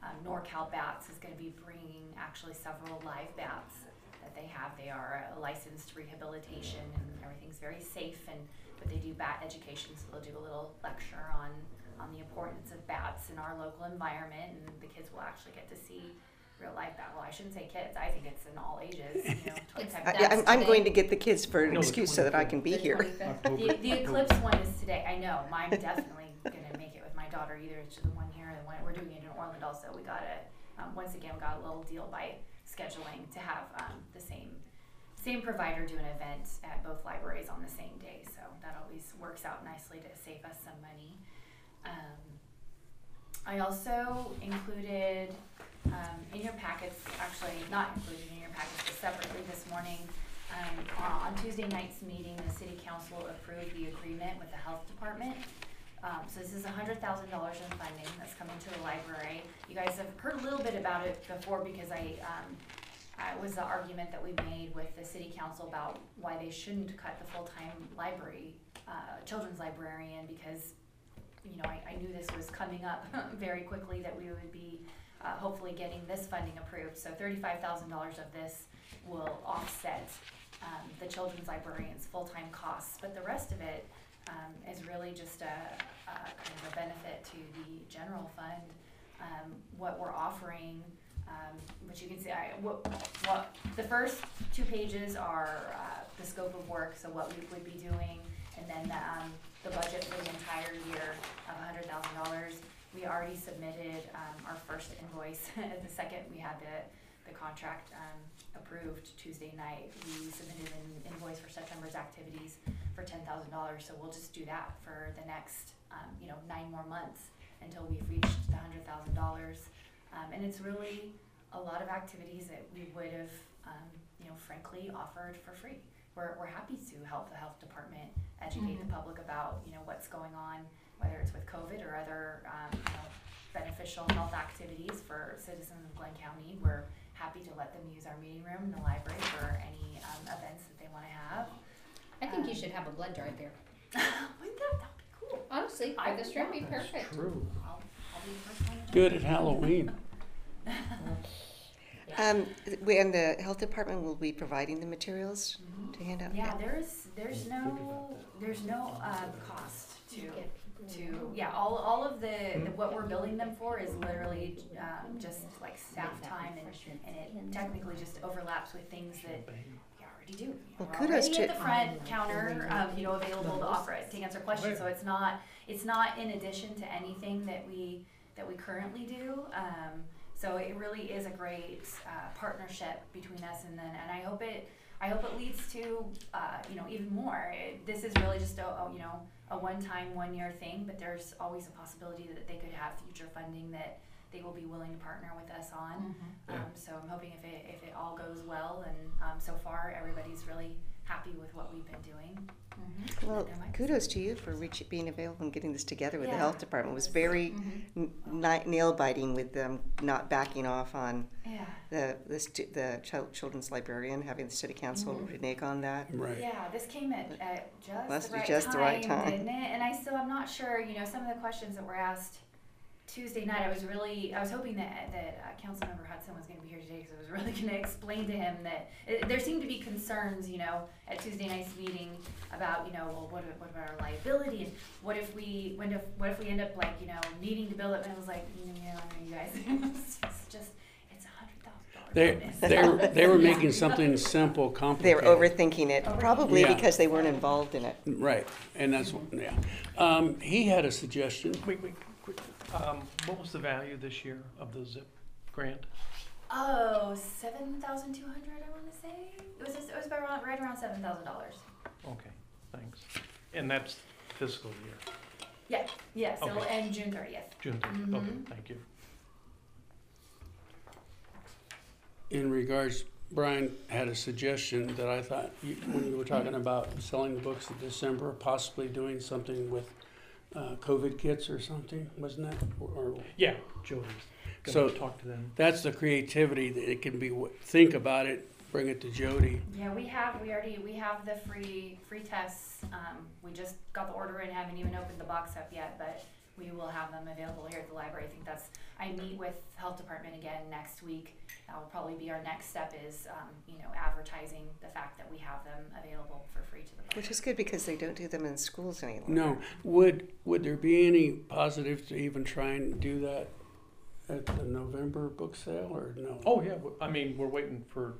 Speaker 5: Um, NorCal Bats is going to be bringing actually several live bats that they have. They are a licensed rehabilitation and everything's very safe and but they do bat education, so they'll do a little lecture on on the importance of bats in our local environment, and the kids will actually get to see real life bat. Well, I shouldn't say kids. I think it's in all ages. You know, 25
Speaker 2: I,
Speaker 4: That's
Speaker 2: I'm, I'm going
Speaker 4: today.
Speaker 2: to get the kids for an
Speaker 6: No, the
Speaker 2: excuse so that I
Speaker 6: 25th.
Speaker 2: can be
Speaker 4: the
Speaker 2: here.
Speaker 4: 25th.
Speaker 5: the, the eclipse one is today. I know. Mine definitely gonna make it with my daughter. Either it's the one here or the one we're doing it in Orland. Also, we got a um, once again we got a little deal by scheduling to have um, the same same provider do an event at both libraries on the same day. So that always works out nicely to save us some money. Um, I also included um, in your packets, actually not included in your packets, but separately this morning. Um, on on Tuesday night's meeting, the city council approved the agreement with the health department. Um, so this is hundred thousand dollars in funding that's coming to the library. You guys have heard a little bit about it before because I, um, I was the argument that we made with the city council about why they shouldn't cut the full-time library, uh, children's librarian because you know, I, I knew this was coming up very quickly that we would be uh, hopefully getting this funding approved. So thirty-five thousand dollars of this will offset um, the children's librarian's full-time costs, but the rest of it um, is really just a, a kind of a benefit to the general fund. Um, what we're offering, um, which you can see, I, what, what, the first two pages are, uh, the scope of work, so what we would be doing, and then the, um, the budget for the entire year of hundred thousand dollars. We already submitted, um, our first invoice, the second we had the, the contract, um, approved Tuesday night. We submitted an invoice for September's activities for ten thousand dollars, so we'll just do that for the next, um, you know, nine more months until we've reached the hundred thousand dollars. Um, and it's really a lot of activities that we would have, um, you know, frankly offered for free. We're, we're happy to help the health department educate the public about, you know, what's going on, whether it's with COVID or other, um, you know, beneficial health activities for citizens of Glen County. We're happy to let them use our meeting room in the library for any, um, events that they wanna have.
Speaker 4: I think you
Speaker 5: Um,
Speaker 4: should have a blood drive there.
Speaker 5: Wouldn't that, that'd be cool.
Speaker 4: Honestly,
Speaker 5: I-
Speaker 4: this room would be
Speaker 3: That's
Speaker 4: perfect.
Speaker 3: true.
Speaker 5: I'll, I'll be the first one to
Speaker 3: Good at Halloween.
Speaker 2: Um, we, and the health department will be providing the materials
Speaker 5: Mhm.
Speaker 2: to hand out?
Speaker 5: Yeah, there's, there's
Speaker 6: Well, think
Speaker 5: no,
Speaker 6: about that.
Speaker 5: there's no, uh, cost to,
Speaker 4: Get people
Speaker 5: to, yeah, all, all of the, the- what we're building them for is literally, um, just like staff time and, and
Speaker 4: Mm-hmm.
Speaker 5: it technically just overlaps with things that we already do. You know,
Speaker 2: Well,
Speaker 5: we're
Speaker 2: kudos
Speaker 5: already
Speaker 2: to-
Speaker 5: at the front counter, um, you know, available to offer, it, to answer questions, so it's not, it's not in addition to anything that we, that we currently do, um, so it really is a great, uh, partnership between us and then, and I hope it, I hope it leads to, uh, you know, even more. It, this is really just a, a, you know, a one-time, one-year thing, but there's always a possibility that they could have future funding that they will be willing to partner with us on.
Speaker 4: Mm-hmm.
Speaker 5: Um, so I'm hoping if it, if it all goes well, and um, so far everybody's really happy with what we've been doing. Mm-hmm.
Speaker 2: Well,
Speaker 5: Am I-
Speaker 2: kudos to you for reach, being available and getting this together with the
Speaker 5: Yeah.
Speaker 2: health department. It was very
Speaker 4: Mm-hmm.
Speaker 2: nail biting with them not backing off on
Speaker 5: Yeah.
Speaker 2: the, the, stu- the chil- children's librarian, having the city council
Speaker 5: Mm-hmm.
Speaker 2: renege on that.
Speaker 3: Right.
Speaker 5: Yeah, this came at, at just,
Speaker 2: Must
Speaker 5: the
Speaker 2: be
Speaker 5: right
Speaker 2: just the
Speaker 5: time,
Speaker 2: right time.
Speaker 5: didn't it? And I still, I'm not sure. You know, some of the questions that were asked Tuesday night, I was really, I was hoping that that uh, Councilmember Hudson was going to be here today because I was really going to explain to him that it, there seemed to be concerns, you know, at Tuesday night's meeting about, you know, well, what, what about our liability and what if we, when if, what if we end up like, you know, needing to build it? And I was like, you know, you guys, it's just, it's a hundred
Speaker 3: They,
Speaker 5: thousand dollars.
Speaker 3: they, were- they were making something simple
Speaker 2: They were
Speaker 3: complicated.
Speaker 2: overthinking it, probably
Speaker 3: Yeah.
Speaker 2: because they weren't involved in it.
Speaker 3: Right, and that's, what- yeah. Um, he had a suggestion.
Speaker 6: Quick, quick, quick. Um, what was the value this year of the ZIP grant?
Speaker 5: Oh, seven thousand two hundred. I want to say it was. Just, it was about around, right around seven thousand dollars.
Speaker 6: Okay, thanks. And that's fiscal year,
Speaker 5: Yeah. Yeah. So
Speaker 6: Okay.
Speaker 5: and June thirtieth.
Speaker 6: June, thirtieth. okay,
Speaker 5: Mhm.
Speaker 6: thank you.
Speaker 3: in regards, Brian had a suggestion that I thought, you- when you were talking about selling the books in December, possibly doing something with uh, COVID kits or something, wasn't that? Or- or-
Speaker 6: Yeah, Jody's
Speaker 3: So-
Speaker 6: gonna talk to them.
Speaker 3: That's the creativity that it can be, think about it, bring it to Jody.
Speaker 5: Yeah, we have. We already. We have the free free tests. Um, we just got the order in. Haven't even opened the box up yet, but we will have them available here at the library. I think that's. I meet with health department again next week. That will probably be our next step. Is um, you know advertising the fact that we have them available for free to the public.
Speaker 2: Which is good because they don't do them in schools any longer.
Speaker 3: No, would, would there be any positive to even try and do that at the November book sale or no?
Speaker 6: Oh, yeah, w- I mean, we're waiting for,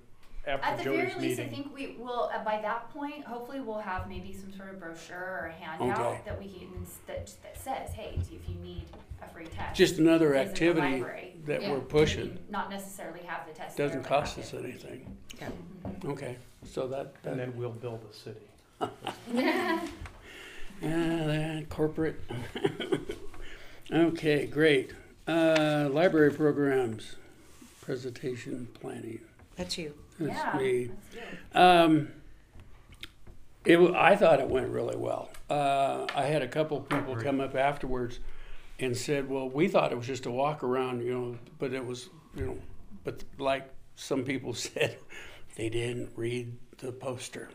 Speaker 5: At
Speaker 6: after
Speaker 5: the very
Speaker 6: Jody's
Speaker 5: least, I
Speaker 6: meeting.
Speaker 5: think we will, uh, by that point, hopefully we'll have maybe some sort of brochure or
Speaker 3: Okay.
Speaker 5: handout that we can, s- that, that says, hey, if you need a free test.
Speaker 3: Just another
Speaker 5: please visit the
Speaker 3: activity
Speaker 5: library."
Speaker 3: that
Speaker 4: Yeah.
Speaker 3: we're pushing,
Speaker 5: Not necessarily have the test. there,
Speaker 3: doesn't
Speaker 5: but
Speaker 3: cost
Speaker 5: have
Speaker 3: us
Speaker 5: it. Mm-hmm.
Speaker 3: anything.
Speaker 2: Yeah.
Speaker 3: Okay, so that, that
Speaker 6: And then we'll build the city.
Speaker 3: Uh, corporate. okay, great. Uh, library programs, presentation planning.
Speaker 2: That's you.
Speaker 3: That's
Speaker 5: Yeah,
Speaker 3: me.
Speaker 5: that's good.
Speaker 3: Um, it, wa- I thought it went really well. Uh, I had a couple people come up afterwards and said, "Well, we thought it was just a walk around, you know, but it was, you know, but like some people said, they didn't read the poster."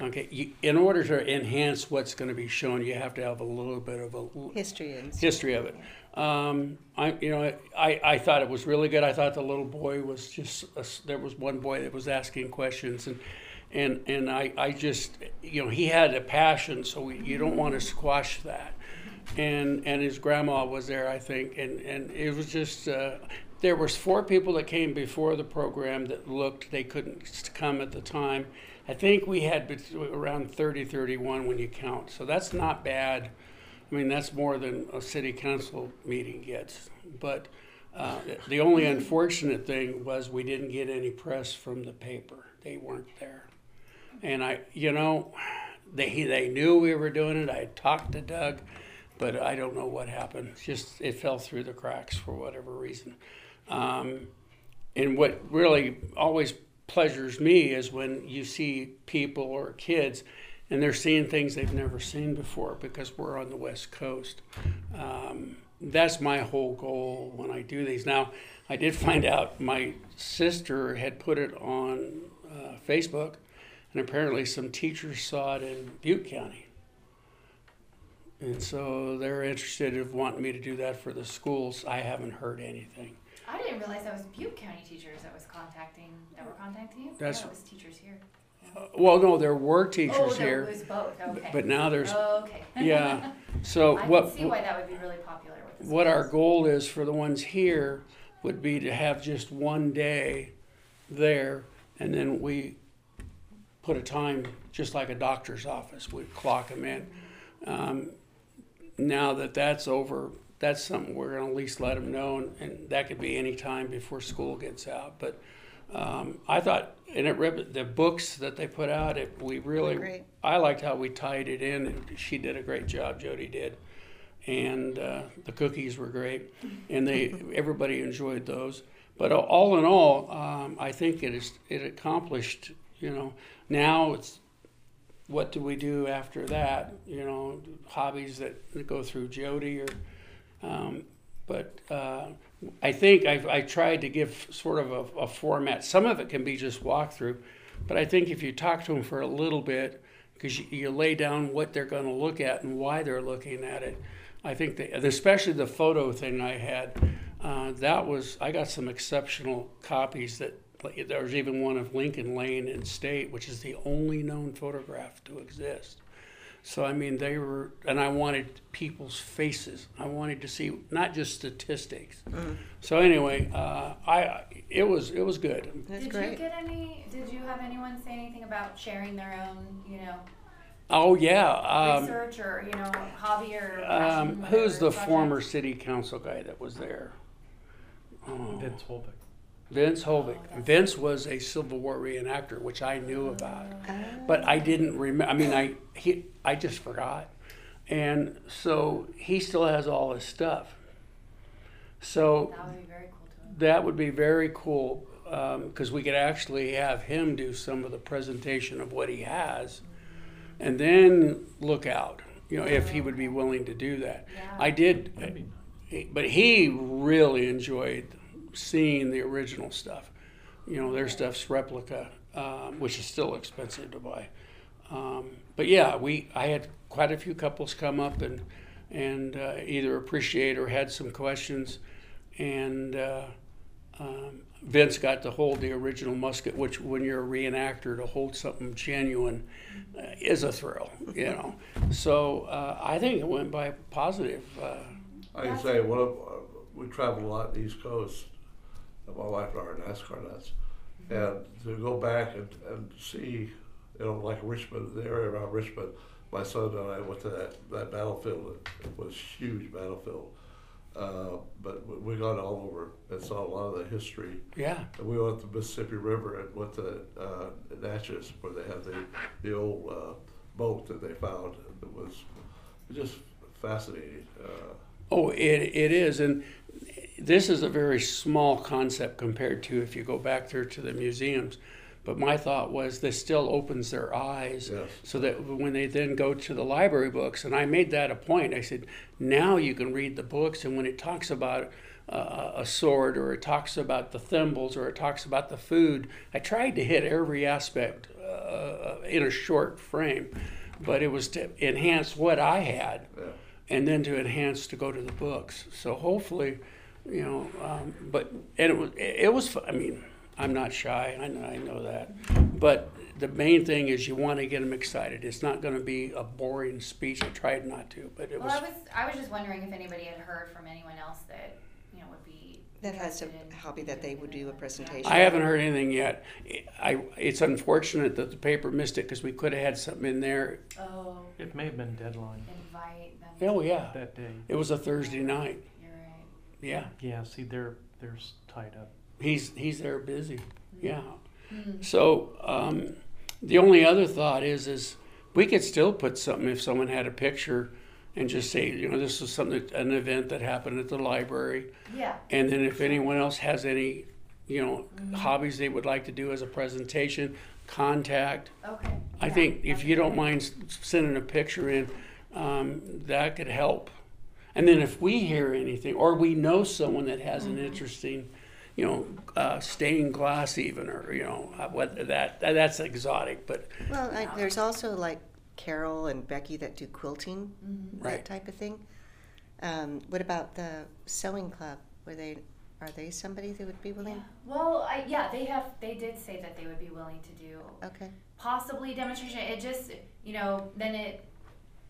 Speaker 3: Okay, you, in order to enhance what's going to be shown, you have to have a little bit of a
Speaker 2: History and
Speaker 3: history of it. Um, I, you know, I, I thought it was really good. I thought the little boy was just, a s there was one boy that was asking questions and, and and I, I just you know he had a passion so we, you don't want to squash that and and his grandma was there I think and and it was just uh, there was four people that came before the program that looked they couldn't s- come at the time I think we had bet- around 30 31 when you count so that's not bad I mean that's more than a city council meeting gets but uh, the only unfortunate thing was we didn't get any press from the paper. They weren't there. And I, you know, they they knew we were doing it. I had talked to Doug, but I don't know what happened. It's just it fell through the cracks for whatever reason. Um, and what really always pleasures me is when you see people or kids and they're seeing things they've never seen before because we're on the west coast um, that's my whole goal when i do these now i did find out my sister had put it on uh, facebook and apparently some teachers saw it in butte county and so they're interested in wanting me to do that for the schools i haven't heard anything
Speaker 5: I didn't realize that was Butte County teachers that was contacting, that were contacting you. I thought
Speaker 3: That's-
Speaker 5: it was teachers here.
Speaker 3: Uh, well no there were teachers
Speaker 5: oh, no,
Speaker 3: here
Speaker 5: it was both. Okay.
Speaker 3: but now there's
Speaker 5: oh, okay.
Speaker 3: yeah. So
Speaker 5: I
Speaker 3: what
Speaker 5: can see why that would be really popular with the
Speaker 3: what our
Speaker 5: schools.
Speaker 3: goal is for the ones here would be to have just one day there, and then we put a time just like a doctor's office. We clock them in. Um, now that that's over, that's something we're going to at least let them know, and, and that could be any time before school gets out. But um, I thought, and it rep- the books that they put out, it, we really,
Speaker 2: Great.
Speaker 3: I liked how we tied it in. and She did a great job, Jody did, and uh, the cookies were great, and they everybody enjoyed those. But a- all in all, um, I think it is it accomplished. You know, now it's what do we do after that? You know, hobbies that go through Jody or, um, but uh, I think I've, I tried to give sort of a, a format. Some of it can be just walkthrough, but I think if you talk to them for a little bit, because you, you lay down what they're going to look at and why they're looking at it, I think they, especially the photo thing I had, uh, that was I got some exceptional copies that like, there was even one of Lincoln Lane in State, which is the only known photograph to exist. So I mean, they were, and I wanted people's faces. I wanted to see not just statistics. So anyway, uh, I it was it was good.
Speaker 2: That's
Speaker 5: did you
Speaker 2: great.
Speaker 5: get any? Did you have anyone say anything about sharing their own, you know,
Speaker 3: Oh yeah, um,
Speaker 5: research or you know, hobby or passion,
Speaker 3: um, who's
Speaker 5: whatever
Speaker 3: the
Speaker 5: project?
Speaker 3: former city council guy that was there? Oh,
Speaker 6: Vince Holbeck.
Speaker 3: Vince Holvick. Vince was a Civil War reenactor, which I knew about. but I didn't remember. I mean, I he I just forgot, and so he still has all his stuff. So
Speaker 5: That would be very cool to.
Speaker 3: that would be very cool because we could actually have him do some of the presentation of what he has, and then look out. You know, if he would be willing to do that.
Speaker 5: Yeah.
Speaker 3: I did, but he really enjoyed seeing the original stuff. You know, their stuff's replica, um, which is still expensive to buy. Um, but yeah, we I had quite a few couples come up and and uh, either appreciate or had some questions, and uh, um, Vince got to hold the original musket, which when you're a reenactor to hold something genuine uh, is a thrill, you know. So uh, I think it went by positive. Uh,
Speaker 1: I can say, one of, uh, we travel a lot East Coast, and my wife and I are NASCAR nuts. And to go back and, and see, you know, like Richmond, the area around Richmond, my son and I went to that, that battlefield. It was a huge battlefield. Uh, but we- we got all over and saw a lot of the history.
Speaker 3: yeah,
Speaker 1: And we went to Mississippi River and went to uh, Natchez where they have the, the old uh, boat that they found. It was just fascinating. Uh,
Speaker 3: Oh, it, it is. And this is a very small concept compared to if you go back there to the museums. But my thought was this still opens their eyes
Speaker 1: Yes.
Speaker 3: so that when they then go to the library books, and I made that a point. I said, now you can read the books, and when it talks about uh, a sword or it talks about the thimbles or it talks about the food, I tried to hit every aspect uh, in a short frame, but it was to enhance what I had
Speaker 1: yeah.
Speaker 3: and then to enhance to go to the books. So hopefully, you know, um, but and it was it was. fu- I mean, I'm not shy. I know, I know that, but the main thing is you want to get them excited. It's not going to be a boring speech. I tried not to, but it
Speaker 5: Well, I
Speaker 3: was.
Speaker 5: was, I was just wondering if anybody had heard from anyone else that, you know, would be.
Speaker 2: That has a
Speaker 5: interested in
Speaker 2: hobby that they would do a
Speaker 5: Yeah.
Speaker 2: presentation.
Speaker 3: I haven't heard anything yet. I, it's unfortunate that the paper missed it because we could have had something in there.
Speaker 5: Oh,
Speaker 6: It may have been deadline
Speaker 5: invite them.
Speaker 3: Oh, yeah.
Speaker 6: that day.
Speaker 3: It was a Thursday night.
Speaker 5: You're right.
Speaker 3: Yeah.
Speaker 6: Yeah, see, they're, they're s- tied up.
Speaker 3: He's, he's there busy. Yeah. So um, the only other thought is, is we could still put something if someone had a picture and just say, you know, this was something, an event that happened at the library.
Speaker 5: Yeah.
Speaker 3: And then if anyone else has any, you know, hobbies they would like to do as a presentation, contact.
Speaker 5: Okay.
Speaker 3: I
Speaker 5: yeah,
Speaker 3: think if
Speaker 5: that's
Speaker 3: you don't
Speaker 5: good.
Speaker 3: mind s- sending a picture in, um, that could help. And then if we hear anything, or we know someone that has
Speaker 2: Mm-hmm.
Speaker 3: an interesting, you know, uh, stained glass even, or you know, uh, what that that's exotic, but
Speaker 2: Well, I, there's also like Carol and Becky that do quilting,
Speaker 3: Right.
Speaker 2: that type of thing. Um, what about the sewing club? Were they are they somebody that would be willing?
Speaker 5: Well, I, yeah, they have, they did say that they would be willing to do
Speaker 2: Okay.
Speaker 5: possibly demonstration. It just, you know, then it,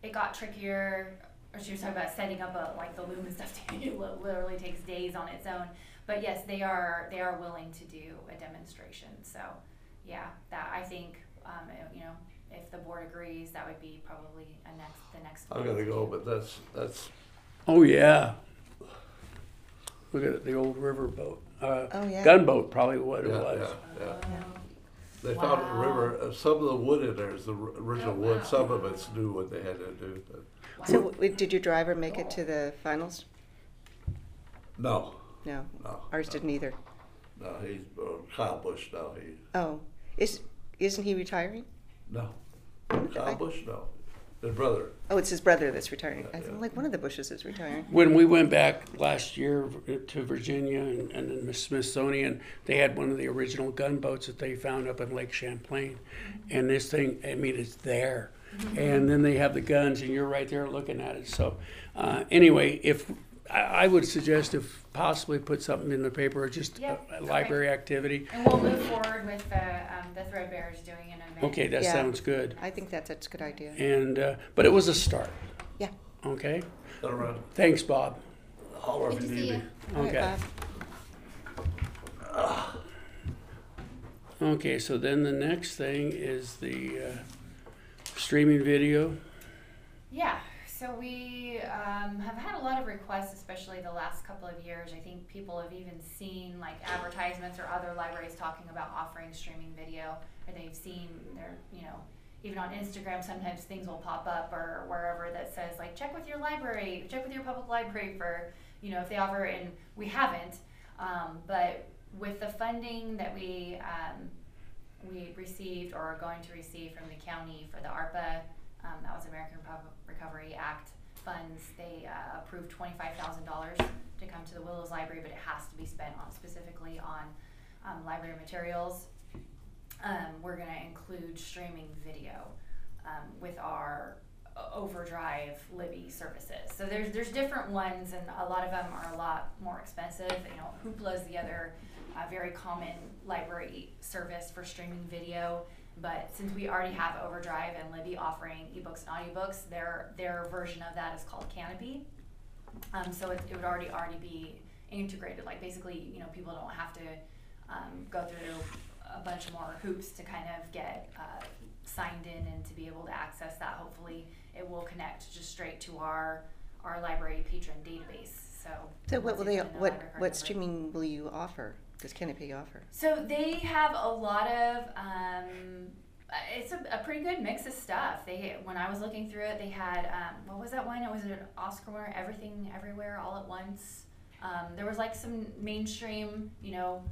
Speaker 5: it got trickier. Or she was talking about setting up a, like the loom and stuff. It li- literally takes days on its own. But yes, they are, they are willing to do a demonstration. So, yeah, that I think, um, it- you know, if the board agrees, that would be probably a next, the next.
Speaker 1: I've got to go, but that's that's
Speaker 3: oh yeah, look at the old riverboat, uh,
Speaker 2: Oh yeah.
Speaker 3: gunboat probably what
Speaker 1: yeah,
Speaker 3: it was.
Speaker 1: yeah, yeah. They found a
Speaker 5: Wow.
Speaker 1: river. Uh, some of the wood in there is the r- original
Speaker 5: Oh, wow.
Speaker 1: wood. Some of it's new what they had to do. But
Speaker 5: Wow.
Speaker 2: So w- did your driver make it to the finals?
Speaker 1: no,
Speaker 2: No,
Speaker 1: no,
Speaker 2: ours didn't either.
Speaker 1: no. He's uh, Kyle Bush. No, he
Speaker 2: Oh, is isn't he retiring?
Speaker 1: no.
Speaker 2: I-
Speaker 1: Kyle Bush. No, his brother.
Speaker 2: Oh, it's his brother that's retiring. I
Speaker 1: Yeah.
Speaker 2: think like one of the Bushes is retiring.
Speaker 3: When we went back last year to Virginia and, and the Smithsonian, they had one of the original gunboats that they found up in Lake Champlain. And this thing, I mean, it's there. And then they have the guns, and you're right there looking at it. So, uh, anyway, if I, I would suggest if possibly put something in the paper or just
Speaker 5: Yeah,
Speaker 3: a, a library activity.
Speaker 5: And we'll move forward with the, um, the Threadbare is doing an event.
Speaker 3: Okay, that
Speaker 2: Yeah.
Speaker 3: sounds good.
Speaker 2: I think that's that's a good idea.
Speaker 3: And uh, but it was a start.
Speaker 2: Yeah.
Speaker 3: Okay.
Speaker 1: Turn around.
Speaker 3: Thanks, Bob.
Speaker 1: Holler if
Speaker 4: Good to
Speaker 1: you need
Speaker 4: see
Speaker 1: me.
Speaker 4: you.
Speaker 2: All right,
Speaker 3: Okay.
Speaker 2: Bob.
Speaker 3: Okay, so then the next thing is the uh, streaming video.
Speaker 5: Yeah, so we um, have had a lot of requests, especially the last couple of years. I think people have even seen like advertisements or other libraries talking about offering streaming video, or they've seen their, you know, even on Instagram, sometimes things will pop up or wherever that says like check with your library, check with your public library for, you know, if they offer. it, And we haven't, um, but with the funding that we um, we received or are going to receive from the county for the ARPA, um, that was American Repo- Recovery Act funds, they uh, approved twenty-five thousand dollars to come to the Willows Library, but it has to be spent on specifically on um, library materials. Um, we're gonna include streaming video um, with our o- Overdrive Libby services. So there's there's different ones, and a lot of them are a lot more expensive. You know, Hoopla is the other uh, very common library service for streaming video. But since we already have Overdrive and Libby offering ebooks and audiobooks, their their version of that is called Canopy. Um, so it, it would already already be integrated. Like basically, you know, people don't have to um, go through a bunch more hoops to kind of get uh, signed in and to be able to access that. Hopefully, it will connect just straight to our our library patron database. So
Speaker 2: So what
Speaker 5: once
Speaker 2: will they
Speaker 5: you put in the
Speaker 2: what
Speaker 5: library card
Speaker 2: what
Speaker 5: number-
Speaker 2: streaming will you offer? Does Canopy offer?
Speaker 5: so they have a lot of. Um, uh, it's a, a pretty good mix of stuff. They when I was looking through it, they had um, what was that one? It was an Oscar winner, Everything Everywhere All at Once. Um, there was like some mainstream, you know,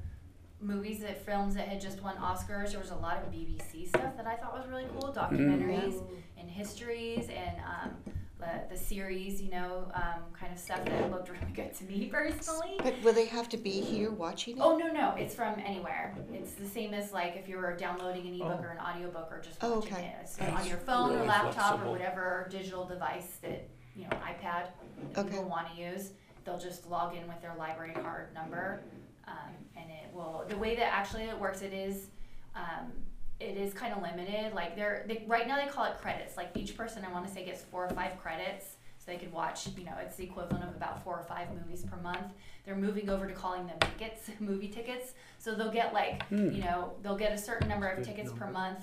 Speaker 5: movies that films that had just won Oscars. There was a lot of BBC stuff that I thought was really cool, documentaries and histories and um, the, the series, you know, um, kind of stuff that looked really good to me personally.
Speaker 2: But will they have to be here watching it?
Speaker 5: Oh no no, it's from anywhere. It's the same as like if you were downloading an ebook
Speaker 6: Oh.
Speaker 5: or an audiobook or just
Speaker 2: Oh,
Speaker 5: watching
Speaker 2: okay.
Speaker 5: it. It's
Speaker 3: That's
Speaker 5: on your phone or
Speaker 3: really
Speaker 5: laptop or
Speaker 3: flexible.
Speaker 5: whatever digital device that you know iPad that
Speaker 2: Okay.
Speaker 5: people want to use. They'll just log in with their library card number, um, and it will. The way that actually it works, it is um, it is kind of limited. Like they're they, right now they call it credits. Like each person I want to say gets four or five credits, so they could watch. You know, it's the equivalent of about four or five movies per month. They're moving over to calling them tickets, movie tickets. So they'll get like
Speaker 3: Hmm.
Speaker 5: you know they'll get a certain number of
Speaker 6: Good
Speaker 5: tickets per
Speaker 6: number.
Speaker 5: month,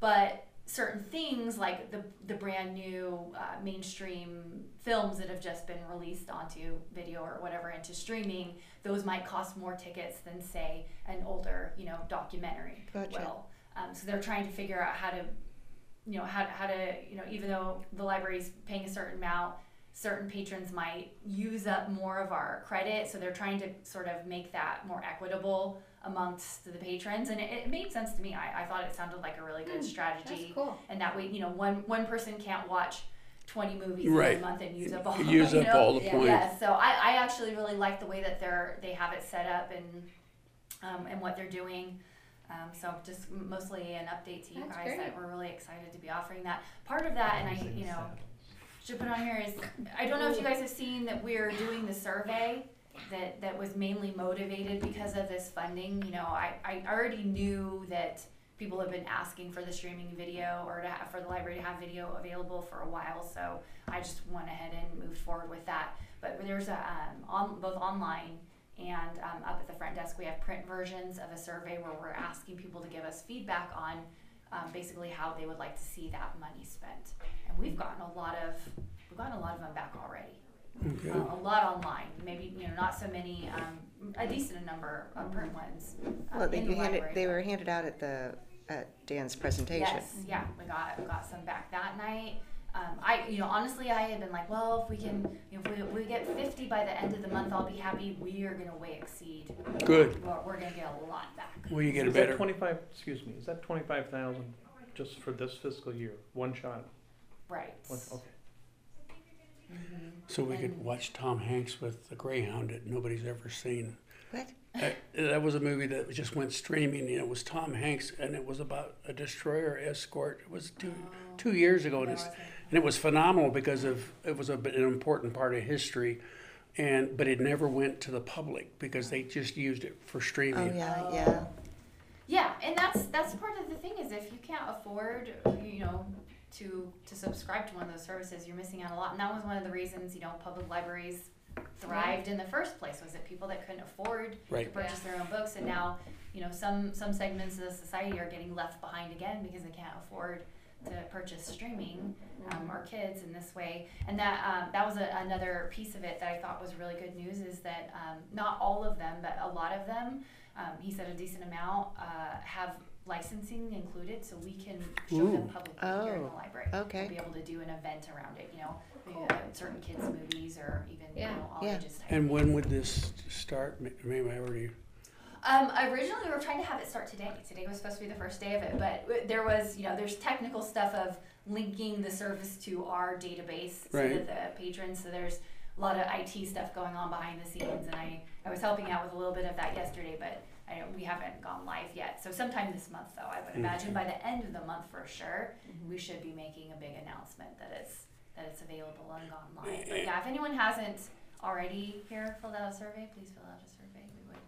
Speaker 5: but certain things like the the brand new uh, mainstream films that have just been released onto video or whatever into streaming those might cost more tickets than say an older you know documentary
Speaker 2: Gotcha.
Speaker 5: will um, so they're trying to figure out how to you know how, how to you know even though the library's paying a certain amount certain patrons might use up more of our credit so they're trying to sort of make that more equitable amongst the patrons and it, it made sense to me I, I thought it sounded like a really good
Speaker 4: Hmm,
Speaker 5: strategy
Speaker 4: That's cool.
Speaker 5: and that way you know one one person can't watch 20 movies
Speaker 3: Right.
Speaker 5: in a month and use up all
Speaker 3: Use
Speaker 5: you
Speaker 3: up
Speaker 5: know?
Speaker 3: all the
Speaker 4: Yeah.
Speaker 3: points.
Speaker 5: yeah so I, I actually really like the way that they're they have it set up and um, and what they're doing um, so just mostly an update to you
Speaker 4: That's
Speaker 5: guys
Speaker 4: great.
Speaker 5: that we're really excited to be offering that part of that and i you know should put on here is I don't know if you guys have seen that we're doing the survey that, that was mainly motivated because of this funding. You know, I, I already knew that people have been asking for the streaming video or to have, for the library to have video available for a while. So I just went ahead and moved forward with that. But there's a um, on both online and um, up at the front desk we have print versions of a survey where we're asking people to give us feedback on um, basically how they would like to see that money spent. And we've gotten a lot of we've gotten a lot of them back already.
Speaker 3: Okay.
Speaker 5: Uh, a lot online, maybe you know not so many, um, a decent number of print ones. uh,
Speaker 2: Well, they,
Speaker 5: in
Speaker 2: you
Speaker 5: the
Speaker 2: handed,
Speaker 5: library,
Speaker 2: they
Speaker 5: but-
Speaker 2: were handed out at the, at Dan's presentation.
Speaker 5: Yes, yeah, we got we got some back that night. Um, I, you know, honestly, I had been like, well, if we can, you know, if we, we get 50 by the end of the month, I'll be happy. We are gonna way exceed.
Speaker 3: Good.
Speaker 5: We're, we're gonna get a lot back.
Speaker 3: Well, you get a
Speaker 6: Is that
Speaker 3: better.
Speaker 6: Twenty-five, excuse me, is that twenty-five thousand just for this fiscal year, one shot?
Speaker 5: Right.
Speaker 6: One- Okay.
Speaker 3: So we could watch Tom Hanks with the Greyhound that nobody's ever seen.
Speaker 2: What?
Speaker 3: That, that was a movie that just went streaming. And it was Tom Hanks, and it was about a destroyer escort. It was two two years ago, and, it's, and it was phenomenal because of it was a, bit- an important part of history. And but it never went to the public because they just used it for
Speaker 2: Oh,
Speaker 3: streaming.
Speaker 2: yeah,
Speaker 5: Oh.
Speaker 2: yeah.
Speaker 5: Yeah, and that's that's part of the thing is if you can't afford, you know, to to subscribe to one of those services, you're missing out a lot. And that was one of the reasons you know public libraries thrived in the first place was that people that couldn't afford to
Speaker 3: Right.
Speaker 5: purchase their own books, and now you know some some segments of the society are getting left behind again because they can't afford to purchase streaming um, or kids in this way. And that um, that was a, another piece of it that I thought was really good news is that um, not all of them, but a lot of them, um, he said a decent amount, uh, have licensing included, so we can show them
Speaker 3: Ooh.
Speaker 5: publicly here in the
Speaker 2: Oh,
Speaker 5: library.
Speaker 2: okay.
Speaker 5: We'll be able to do an event around it, you know, maybe, uh, certain kids movies or even
Speaker 4: Yeah.
Speaker 5: you know, all
Speaker 2: Yeah.
Speaker 5: ages type.
Speaker 3: And when would this start? May- Maybe I already.
Speaker 5: Um, originally, we were trying to have it start today. Today was supposed to be the first day of it, but w- there was, you know, there's technical stuff of linking the service to our database so
Speaker 3: Right.
Speaker 5: that the patrons. So there's a lot of IT stuff going on behind the scenes, and I, I was helping out with a little bit of that yesterday, but I don't, we haven't gone live yet. So sometime this month, though, I would imagine by the end of the month for sure, we should be making a big announcement that it's that it's available and gone live. But yeah, if anyone hasn't already here filled out a survey, please fill out a survey. We would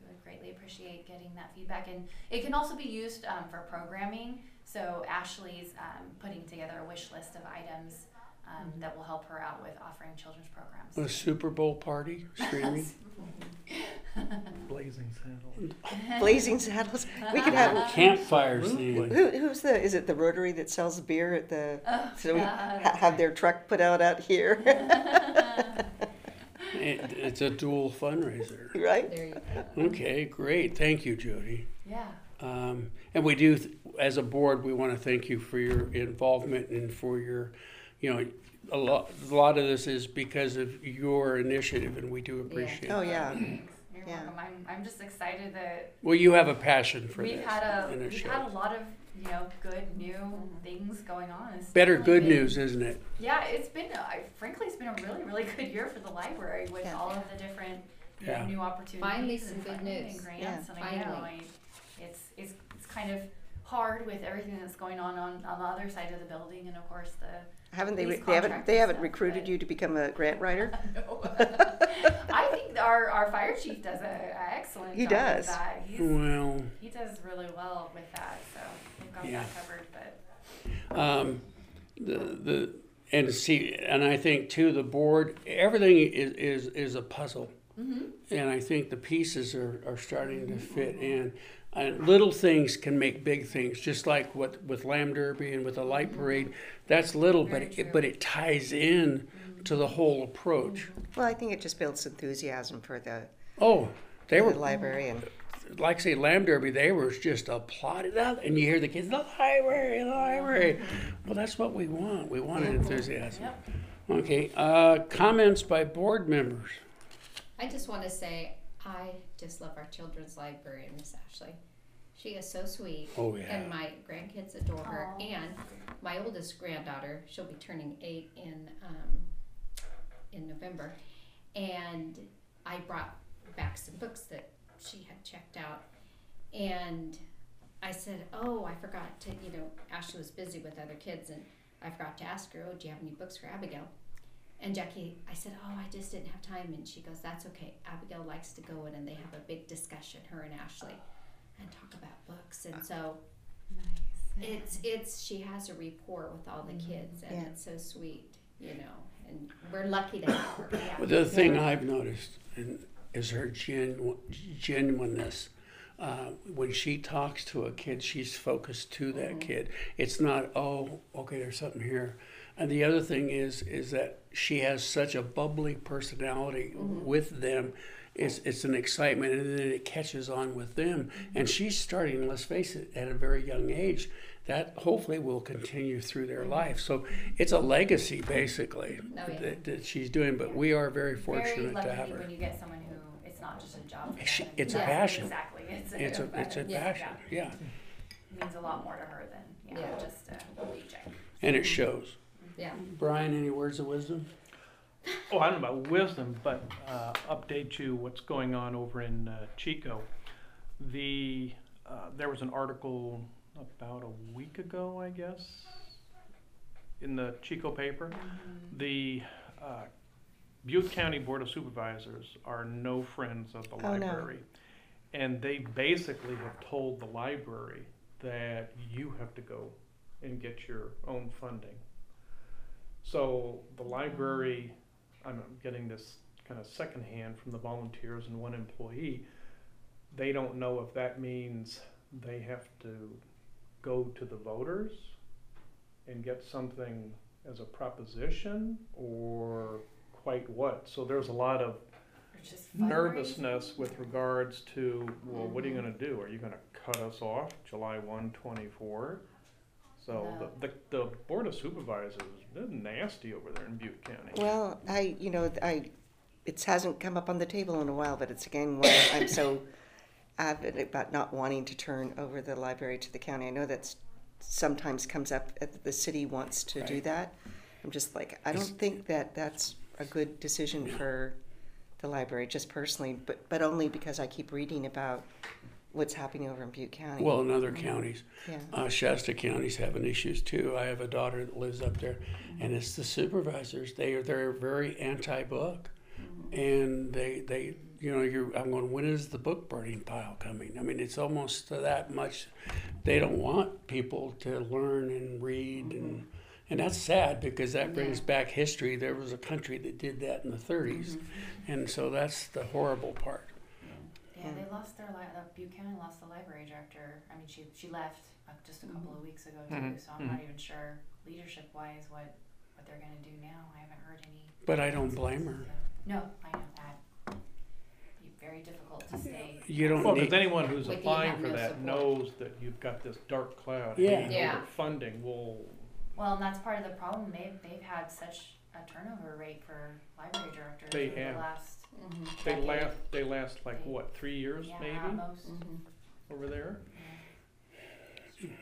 Speaker 5: we would greatly appreciate getting that feedback. And it can also be used um, for programming. So Ashley's um, putting together a wish list of items um,
Speaker 2: Mm-hmm.
Speaker 5: that will help her out with offering children's programs.
Speaker 2: Oh,
Speaker 3: A Super Bowl party streaming.
Speaker 6: Blazing saddle.
Speaker 2: Blazing Saddles. We could have,
Speaker 3: Oh, Campfire scene.
Speaker 2: who, who's the, is it the Rotary that sells beer at the,
Speaker 5: Oh,
Speaker 2: so we ha- have their truck put out out here,
Speaker 3: It, it's a dual fundraiser.
Speaker 2: right?
Speaker 4: There you go.
Speaker 3: Okay, great. Thank you, Jody.
Speaker 5: yeah.
Speaker 3: Um, and we do, th- as a board, we want to thank you for your involvement and for your, you know, a lot, a lot of this is because of your initiative, and we do appreciate.
Speaker 2: Oh,
Speaker 3: it.
Speaker 2: yeah.
Speaker 5: You're
Speaker 2: Yeah.
Speaker 5: welcome. I'm, I'm just excited that
Speaker 3: Well, you have a passion for
Speaker 5: we've
Speaker 3: this.
Speaker 5: had a
Speaker 3: and it
Speaker 5: we've had a
Speaker 3: shows.
Speaker 5: lot of you know good new
Speaker 4: Mm-hmm.
Speaker 5: things going on. It's
Speaker 3: Better
Speaker 5: definitely
Speaker 3: good
Speaker 5: been-
Speaker 3: news, isn't it?
Speaker 5: Yeah, it's been I, frankly it's been a really really good year for the library with
Speaker 2: Yeah.
Speaker 5: all of the different you know,
Speaker 3: Yeah.
Speaker 5: new opportunities.
Speaker 4: Finally some
Speaker 5: and
Speaker 4: good
Speaker 5: funding
Speaker 4: news.
Speaker 5: And grants, and I know
Speaker 4: finally.
Speaker 5: I- it's it's it's kind of hard with everything that's going on on, on the other side of the building, and of course the.
Speaker 2: Haven't they,
Speaker 5: These
Speaker 2: re- they haven't, they
Speaker 5: contractors
Speaker 2: haven't
Speaker 5: now,
Speaker 2: recruited
Speaker 5: but-
Speaker 2: you to become a grant writer?
Speaker 5: No. I think our, our fire chief does a, a excellent
Speaker 2: He
Speaker 5: job with
Speaker 2: does.
Speaker 5: that. He's,
Speaker 3: Well,
Speaker 5: he does really well with that. So got
Speaker 3: Yeah.
Speaker 5: that covered, but.
Speaker 3: um, the, the and see and I think too the board everything is is, is a puzzle
Speaker 5: Mm-hmm.
Speaker 3: and I think the pieces are, are starting to fit in and little things can make big things just like what with lamb derby and with the light parade that's little but
Speaker 5: Mm-hmm. Very
Speaker 3: it,
Speaker 5: true.
Speaker 3: but it ties in to the whole approach
Speaker 5: Mm-hmm.
Speaker 2: Well, I think it just builds enthusiasm for the,
Speaker 3: oh they
Speaker 2: for
Speaker 3: were
Speaker 2: the library and
Speaker 3: like I say lamb derby they were just applauded up and you hear the kids the library the library well that's what we want we want enthusiasm
Speaker 5: Yep.
Speaker 3: Okay, uh, comments by board members.
Speaker 4: I just want to say I just love our children's librarian, Miss Ashley. She is so sweet.
Speaker 3: Oh, yeah.
Speaker 4: And my grandkids adore her.
Speaker 5: Aw.
Speaker 4: And my oldest granddaughter, she'll be turning eight in um, in November, and I brought back some books that she had checked out, and I said, "Oh, I forgot to," you know, Ashley was busy with other kids, and I forgot to ask her, "Oh, do you have any books for Abigail?" And Jackie, I said, Oh, I just didn't have time. And she goes, That's okay. Abigail likes to go in and they have a big discussion, her and Ashley, and talk about books. And so it's, it's, she has a rapport with all the kids and
Speaker 2: Yeah.
Speaker 4: it's so sweet, you know. And we're lucky to have her. Yeah.
Speaker 3: Well, the thing I've noticed in- is her genu- genuineness. Uh, when she talks to a kid, she's focused to that kid. It's not, oh, okay, there's something here. And the other thing is, is that she has such a bubbly personality with them. It's, it's an excitement, and then it catches on with them. And she's starting, let's face it, at a very young age. That hopefully will continue through their life. So it's a legacy, basically,
Speaker 4: Oh, yeah.
Speaker 3: that, that she's doing. But we are very
Speaker 5: Very
Speaker 3: fortunate to have
Speaker 5: lucky
Speaker 3: her.
Speaker 5: when you get someone who, it's not just a job. for
Speaker 3: She-
Speaker 5: them.
Speaker 3: it's
Speaker 4: a
Speaker 5: Yeah,
Speaker 3: passion.
Speaker 5: Exactly.
Speaker 3: It's a it's a
Speaker 4: Yeah.
Speaker 3: passion, yeah,
Speaker 5: It Means a lot more to her than, yeah,
Speaker 4: Yeah.
Speaker 5: just a paycheck.
Speaker 3: and it shows.
Speaker 4: yeah.
Speaker 3: Brian, any words of wisdom?
Speaker 6: Oh, I don't know about wisdom, but uh, update you what's going on over in uh, Chico. The uh, there was an article about a week ago, I guess, in the Chico paper.
Speaker 2: Mm-hmm.
Speaker 6: The uh, Butte County Board of Supervisors are no friends of the
Speaker 2: Oh, no.
Speaker 6: library, and they basically have told the library that you have to go and get your own funding. So the library, I'm getting this kind of secondhand from the volunteers and one employee. They don't know if that means they have to go to the voters and get something as a proposition or quite what. So there's a lot of
Speaker 5: It's just fundraising.
Speaker 6: nervousness with regards to, well, what are
Speaker 4: Mm-hmm.
Speaker 6: you gonna do? Are you gonna cut us off July one twenty-four? So
Speaker 5: No.
Speaker 6: the, the, the Board of Supervisors, they're nasty over there in Butte County.
Speaker 2: Well, I, you know, I, it hasn't come up on the table in a while, but it's again why I'm so avid about not wanting to turn over the library to the county. I know that's sometimes comes up, that the city wants to do
Speaker 3: Right.
Speaker 2: that. I'm just like, I don't think that that's a good decision for the library, just personally, but, but only because I keep reading about what's happening over in Butte County.
Speaker 3: Well, in other counties,
Speaker 2: Yeah.
Speaker 3: uh, Shasta County's having issues too. I have a daughter that lives up there, and it's the supervisors. They are they're very anti-book, and they they you know you're I'm going when is the book burning pile coming? I mean it's almost to that much. They don't want people to learn and read and. And that's sad because that brings back history. There was a country that did that in the 30s. And so that's the horrible part.
Speaker 5: Yeah, they lost their li- uh, Butte County lost the library director. I mean, she she left uh, just a couple of weeks ago too.
Speaker 6: Mhm.
Speaker 5: So I'm not even sure leadership wise what what they're gonna do now. I haven't heard any.
Speaker 3: But I don't blame her.
Speaker 5: No, I know that. Be very difficult to stay.
Speaker 3: You don't
Speaker 6: Well,
Speaker 3: need
Speaker 6: because anyone who's
Speaker 4: Like, you
Speaker 6: applying
Speaker 4: have
Speaker 6: for
Speaker 4: no
Speaker 6: that
Speaker 4: support.
Speaker 6: knows that you've got this dark cloud
Speaker 3: Yeah.
Speaker 6: hanging
Speaker 4: Yeah.
Speaker 6: over funding. Well,
Speaker 5: Well, and that's part of the problem. They've they've had such a turnover rate for library directors
Speaker 6: They
Speaker 5: over
Speaker 6: have.
Speaker 5: the last.
Speaker 4: hmm
Speaker 6: they
Speaker 5: decade.
Speaker 6: last, they last like, what, three years
Speaker 5: Yeah,
Speaker 6: maybe
Speaker 5: most.
Speaker 4: hmm
Speaker 6: over there?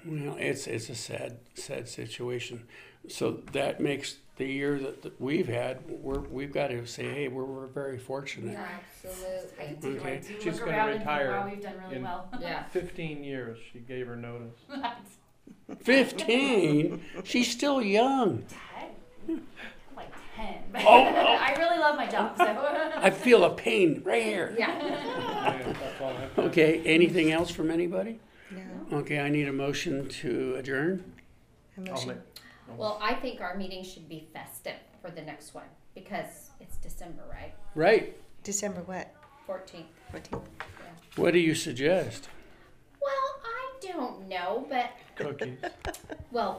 Speaker 3: Well, it's it's a sad sad situation. So that makes the year that, that we've had, we're we've got to say, hey, we're, we're very fortunate.
Speaker 5: I
Speaker 4: Absolutely.
Speaker 5: do, I
Speaker 3: Okay.
Speaker 5: do
Speaker 6: She's
Speaker 5: look
Speaker 6: gonna
Speaker 5: around and think,
Speaker 6: retire
Speaker 5: wow, we've done really
Speaker 6: in-
Speaker 5: well.
Speaker 4: Yeah.
Speaker 6: Fifteen years she gave her notice.
Speaker 3: Fifteen, she's still young.
Speaker 5: Ten? I'm like ten. But
Speaker 3: Oh, oh.
Speaker 5: I really love my job, so.
Speaker 3: I feel a pain right here.
Speaker 4: Yeah.
Speaker 6: Yeah, that's all I have to-
Speaker 3: Okay, anything else from anybody?
Speaker 2: No.
Speaker 3: Okay, I need a motion to adjourn.
Speaker 2: a
Speaker 6: I'll
Speaker 2: motion.
Speaker 6: make,
Speaker 4: Well, I think our meeting should be festive for the next one because it's December, right?
Speaker 3: Right.
Speaker 2: December what?
Speaker 4: 14th.
Speaker 2: 14th.
Speaker 3: What do you suggest?
Speaker 4: Well, I don't know, but
Speaker 6: cookies.
Speaker 4: well,